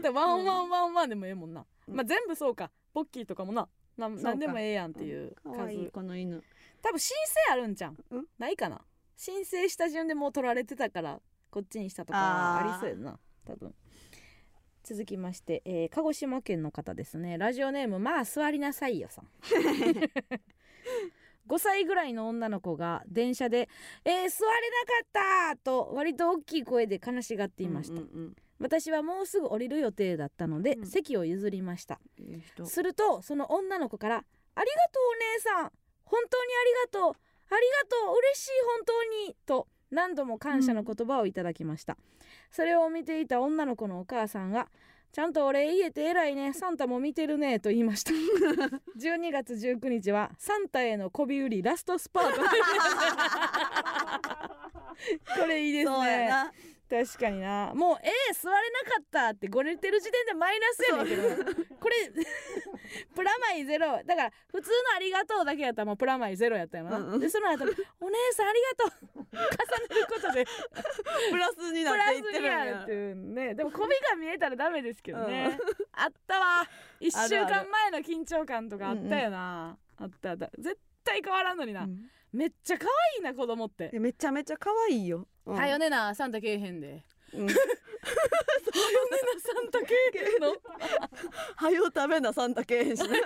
たらワンワンワンワンでもええもんな、
うん
まあ全部そうかポッキーとかもなな
か
なんでもええやんっていう
か
数
わいいこの犬
多分申請あるんじゃん、
うん
ないかな申請した順でもう取られてたからこっちにしたとか
あ
あ
ー
りそうやな多分続きまして、えー鹿児島県の方ですねラジオネームまあ座りなさいよ さん5歳ぐらいの女の子が電車で「えー、座れなかった!」と割と大きい声で悲しがっていまし
う
た、
んうん
私はもうすぐ降りる予定だったので、
うん
席を譲りました
うんいい人
するとその女の子から「ありがとうお姉さん本当にありがとうありがとう嬉しい本当に」と何度も感謝の言葉をいただきました、それを見ていた女の子のお母さんが「ちゃんとお礼言えて偉いねサンタも見てるね」と言いました 12月19日はサンタへの媚び売りラストスパート これいいですね
そうやな
確かになもうええ座れなかったってごねてる時点でマイナスやねんけどこれ プラマイゼロだから普通の「ありがとう」だけやったらもうプラマイゼロやったよな、
うんうん
でその 後お姉さんありがとう」重ねることで
プラスに な
プ
っ
ラ
てい
ス
って
に
る
なるって
んや
いうねでも媚びが見えたらダメですけどね、あったわ1
あ
週
るある
間前の緊張感とかあったよなあったあった絶対変わらんのにな、
うん
めっちゃ可愛いな子供って
い、やめちゃめちゃ可愛いようん
はよねなサンタけえへ んで
うん
はよねなサンタけえへんの
はよ食べなサンタけえへんしね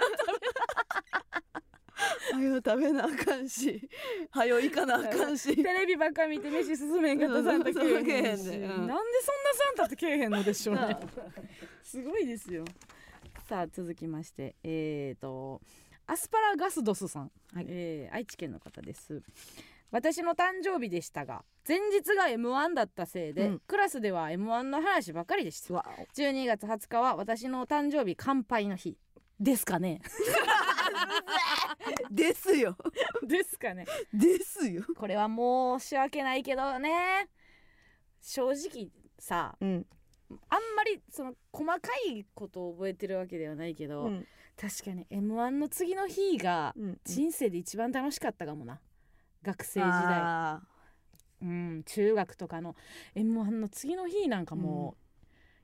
はよ食べなあかんしはよ行かなあかん し
テレビばっか見て飯進めんかったサンタけえへ
う
んし、
んそう
なんでそん
うん
なサンタってけえへんのでしょうねすごいですよさあ続きましてえー、とアスパラガスドスさん、
はい
えー愛知県の方です私の誕生日でしたが前日が m 1だったせいで、
うん
クラスでは m 1の話ばかりでした
わ
12月20日は私の誕生日乾杯の日ですかね
ですよ
ですかね
ですよ
これは申し訳ないけどね正直さ
うん
あんまりその細かいことを覚えてるわけではないけど、
うん
確かに m 1の次の日が
うん
人生で一番楽しかったかもな学生時代、
あ
うん、中学とかの m 1の次の日なんかも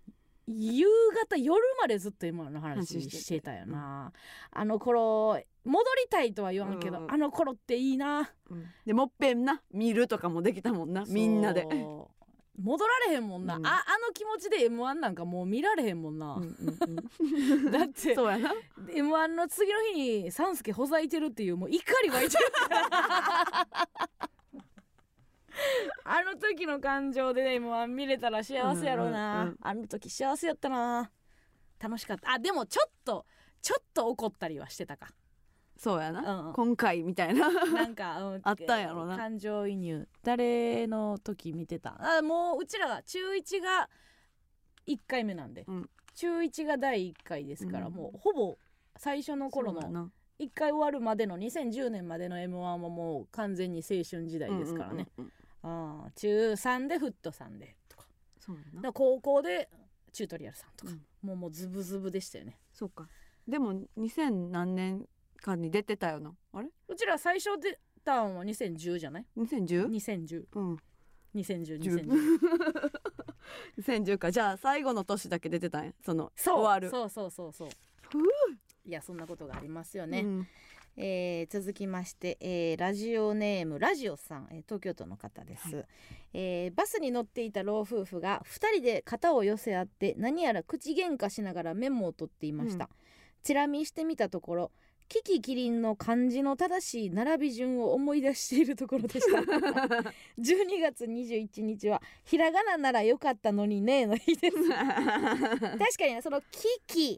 う、夕方夜までずっと m 1の話
話してて
してたよな、あの頃戻りたいとは言わんけど、
うんうん
あの頃っていいな
ーうんでもっぺんな見るとかもできたもんなみんなで
そう戻られへんもんな、
うん
ああの気持ちで m 1なんかもう見られへんもんな、
うんうん うん
だ って
そうやな
m 1の次の日に三助ほざいてるっていうもう怒り湧いてる あの時の感情で、ね、m 1見れたら幸せやろうな、
うんうんうん
あの時幸せやったな楽しかったあでもちょっとちょっと怒ったりはしてたか
そうやな、
うん
今回みたいな
なんか、 うん
あったんやろな
感情移入誰の時見てたあもううちらが中1が1回目なんで、
うん
中1が第1回ですから、
うん
もうほぼ最初の頃
そうや
の
な
1回終わるまでの2010年までの m 1はもう完全に青春時代ですからね、、
うんうんうん
あー中3でフットさんでとか
そうや
だか
な
ら高校でチュートリアルさんとか、
うん
もうもうズブズブでしたよね
そうかでも2000何年間に出てたよなあれ
うちら最初出たんは2010じゃない
2010?
2010
うん
2010
10
2010
2010かじゃあ最後の年だけ出てたんやその
そう
終わる
そうそうそうそう
ふう
いやそんなことがありますよ ね、
うん
えー続きまして、えーラジオネームラジオさん、えー東京都の方です、えーバスに乗っていた老夫婦が2人で肩を寄せ合って何やら口喧嘩しながらメモを取っていました、チラ見してみたところキキキリンの漢字の正しい並び順を思い出しているところでした 12月21日はひらがなならよかったのにねの日です確かにねそのキ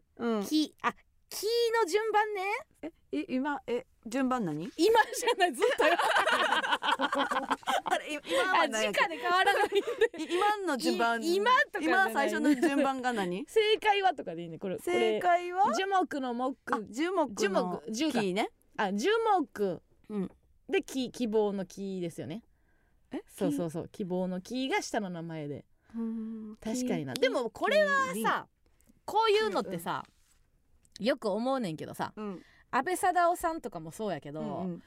キ
うん、
キあキの順番ね
い今え順番何
今じゃないずっとよ
あれい今は
あ直
何やっけ
で変わらないんで
い今の順番
い今とかじゃない
今最初の順番が何
正解はとかでいいねこれ
正解は
これ樹木の
あ
木
樹木の
樹木樹
木
木
ね
あ樹木、
うん
で木希望の木ですよね
え
そうそううそう希望の木が下の名前で確かにな
木
でもこれは
木
さこういうのってさよく思うねんけどさ
うん
安倍貞夫さんとかもそうやけど、
うんうん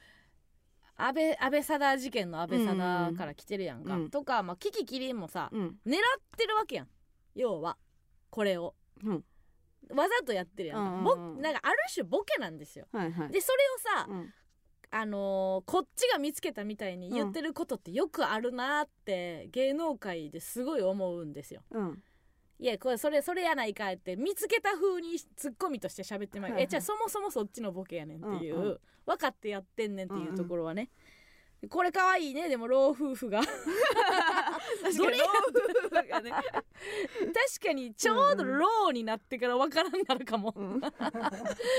安倍安倍貞事件の安倍
うんうんう
貞
ん
から来てるやんか、
うん
とか、まあ、キキキリンもさ、
うん
狙ってるわけやん要はこれを、
うん
わざとやってるやん,、
うんうん
ぼ
うん
なんかある種ボケなんですよ
はいはい
でそれをさ、
うん
あのーこっちが見つけたみたいに言ってることってよくあるなーって芸能界ですごい思うんですよ
うん
いやこれそれそれやないかいって見つけた風にツッコミとして喋ってまい、
はいはい
えじゃあそもそもそっちのボケやねんっていう、
うんう
分かってやってんねんっていうところはね、これ可愛いねでも老夫 婦が
確
どれや
夫婦がね
確かにちょうどローになってから分からんなるかも、
うん
わかるはずやのにってなんで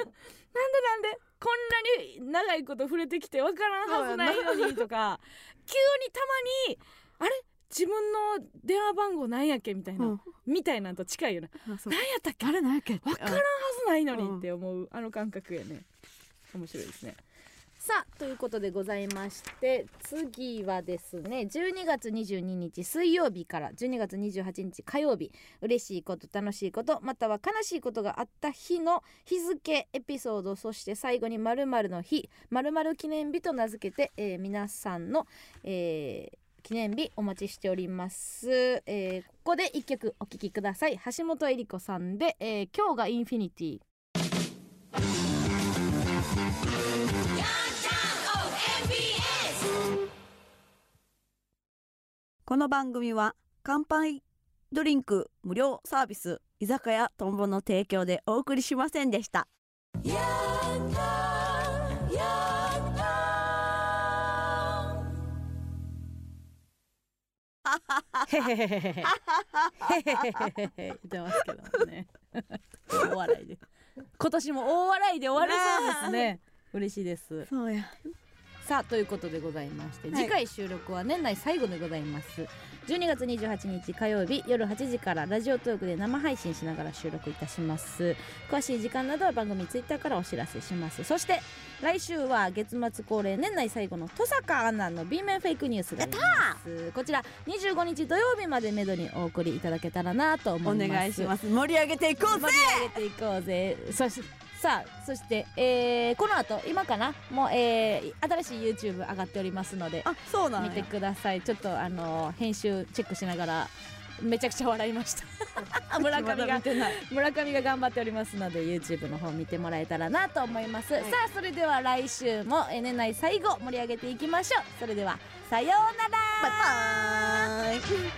なんでこんなに長いこと触れてきてわからんはずないのにとか 急にたまにあれ自分の電話番号なんやっけみたいな、
うん
みたいなんと近いよな
あそう
なんやったっけは
あれなんやっけわ
からんずないのにって思う、あの感覚やね面白いですねさあということでございまして次はですね12月22日水曜日から12月28日火曜日嬉しいこと楽しいことまたは悲しいことがあった日の日付エピソードそして最後に〇〇の日〇〇記念日と名付けて、えー皆さんの、えー記念日お待ちしております、えーここで一曲お聴きください橋本恵里子さんで、えー今日がインフィニティ
この番組は乾杯ドリンク無料サービス居酒屋とんぼの提供でお送りしませんでした
へへへへへへへへ言ってますけども ね大笑いで今年も大笑いで終わりそうですね嬉しいです
そうや
さあということでございまして、
はい
次回収録は年内最後でございます12月28日火曜日夜8時からラジオトークで生配信しながら収録いたします詳しい時間などは番組ツイッターからお知らせしますそして来週は月末恒例年内最後の登坂アナの B 面フェイクニュースがありますこちら25日土曜日までめどにお送りいただけたらなと思
お
います
願いします盛り上げていこうぜ
盛り上げていこうぜそしさあそして、えーこの後今かなもう、えー新しい YouTube 上がっておりますので
あそうなの
見てくださいちょっとあのー編集チェックしながらめちゃくちゃ笑いました 村上が
てない
村上が頑張っておりますので YouTube の方見てもらえたらなと思います、さあそれでは来週もえー年内最後盛り上げていきましょうそれではさようなら
バイバーイ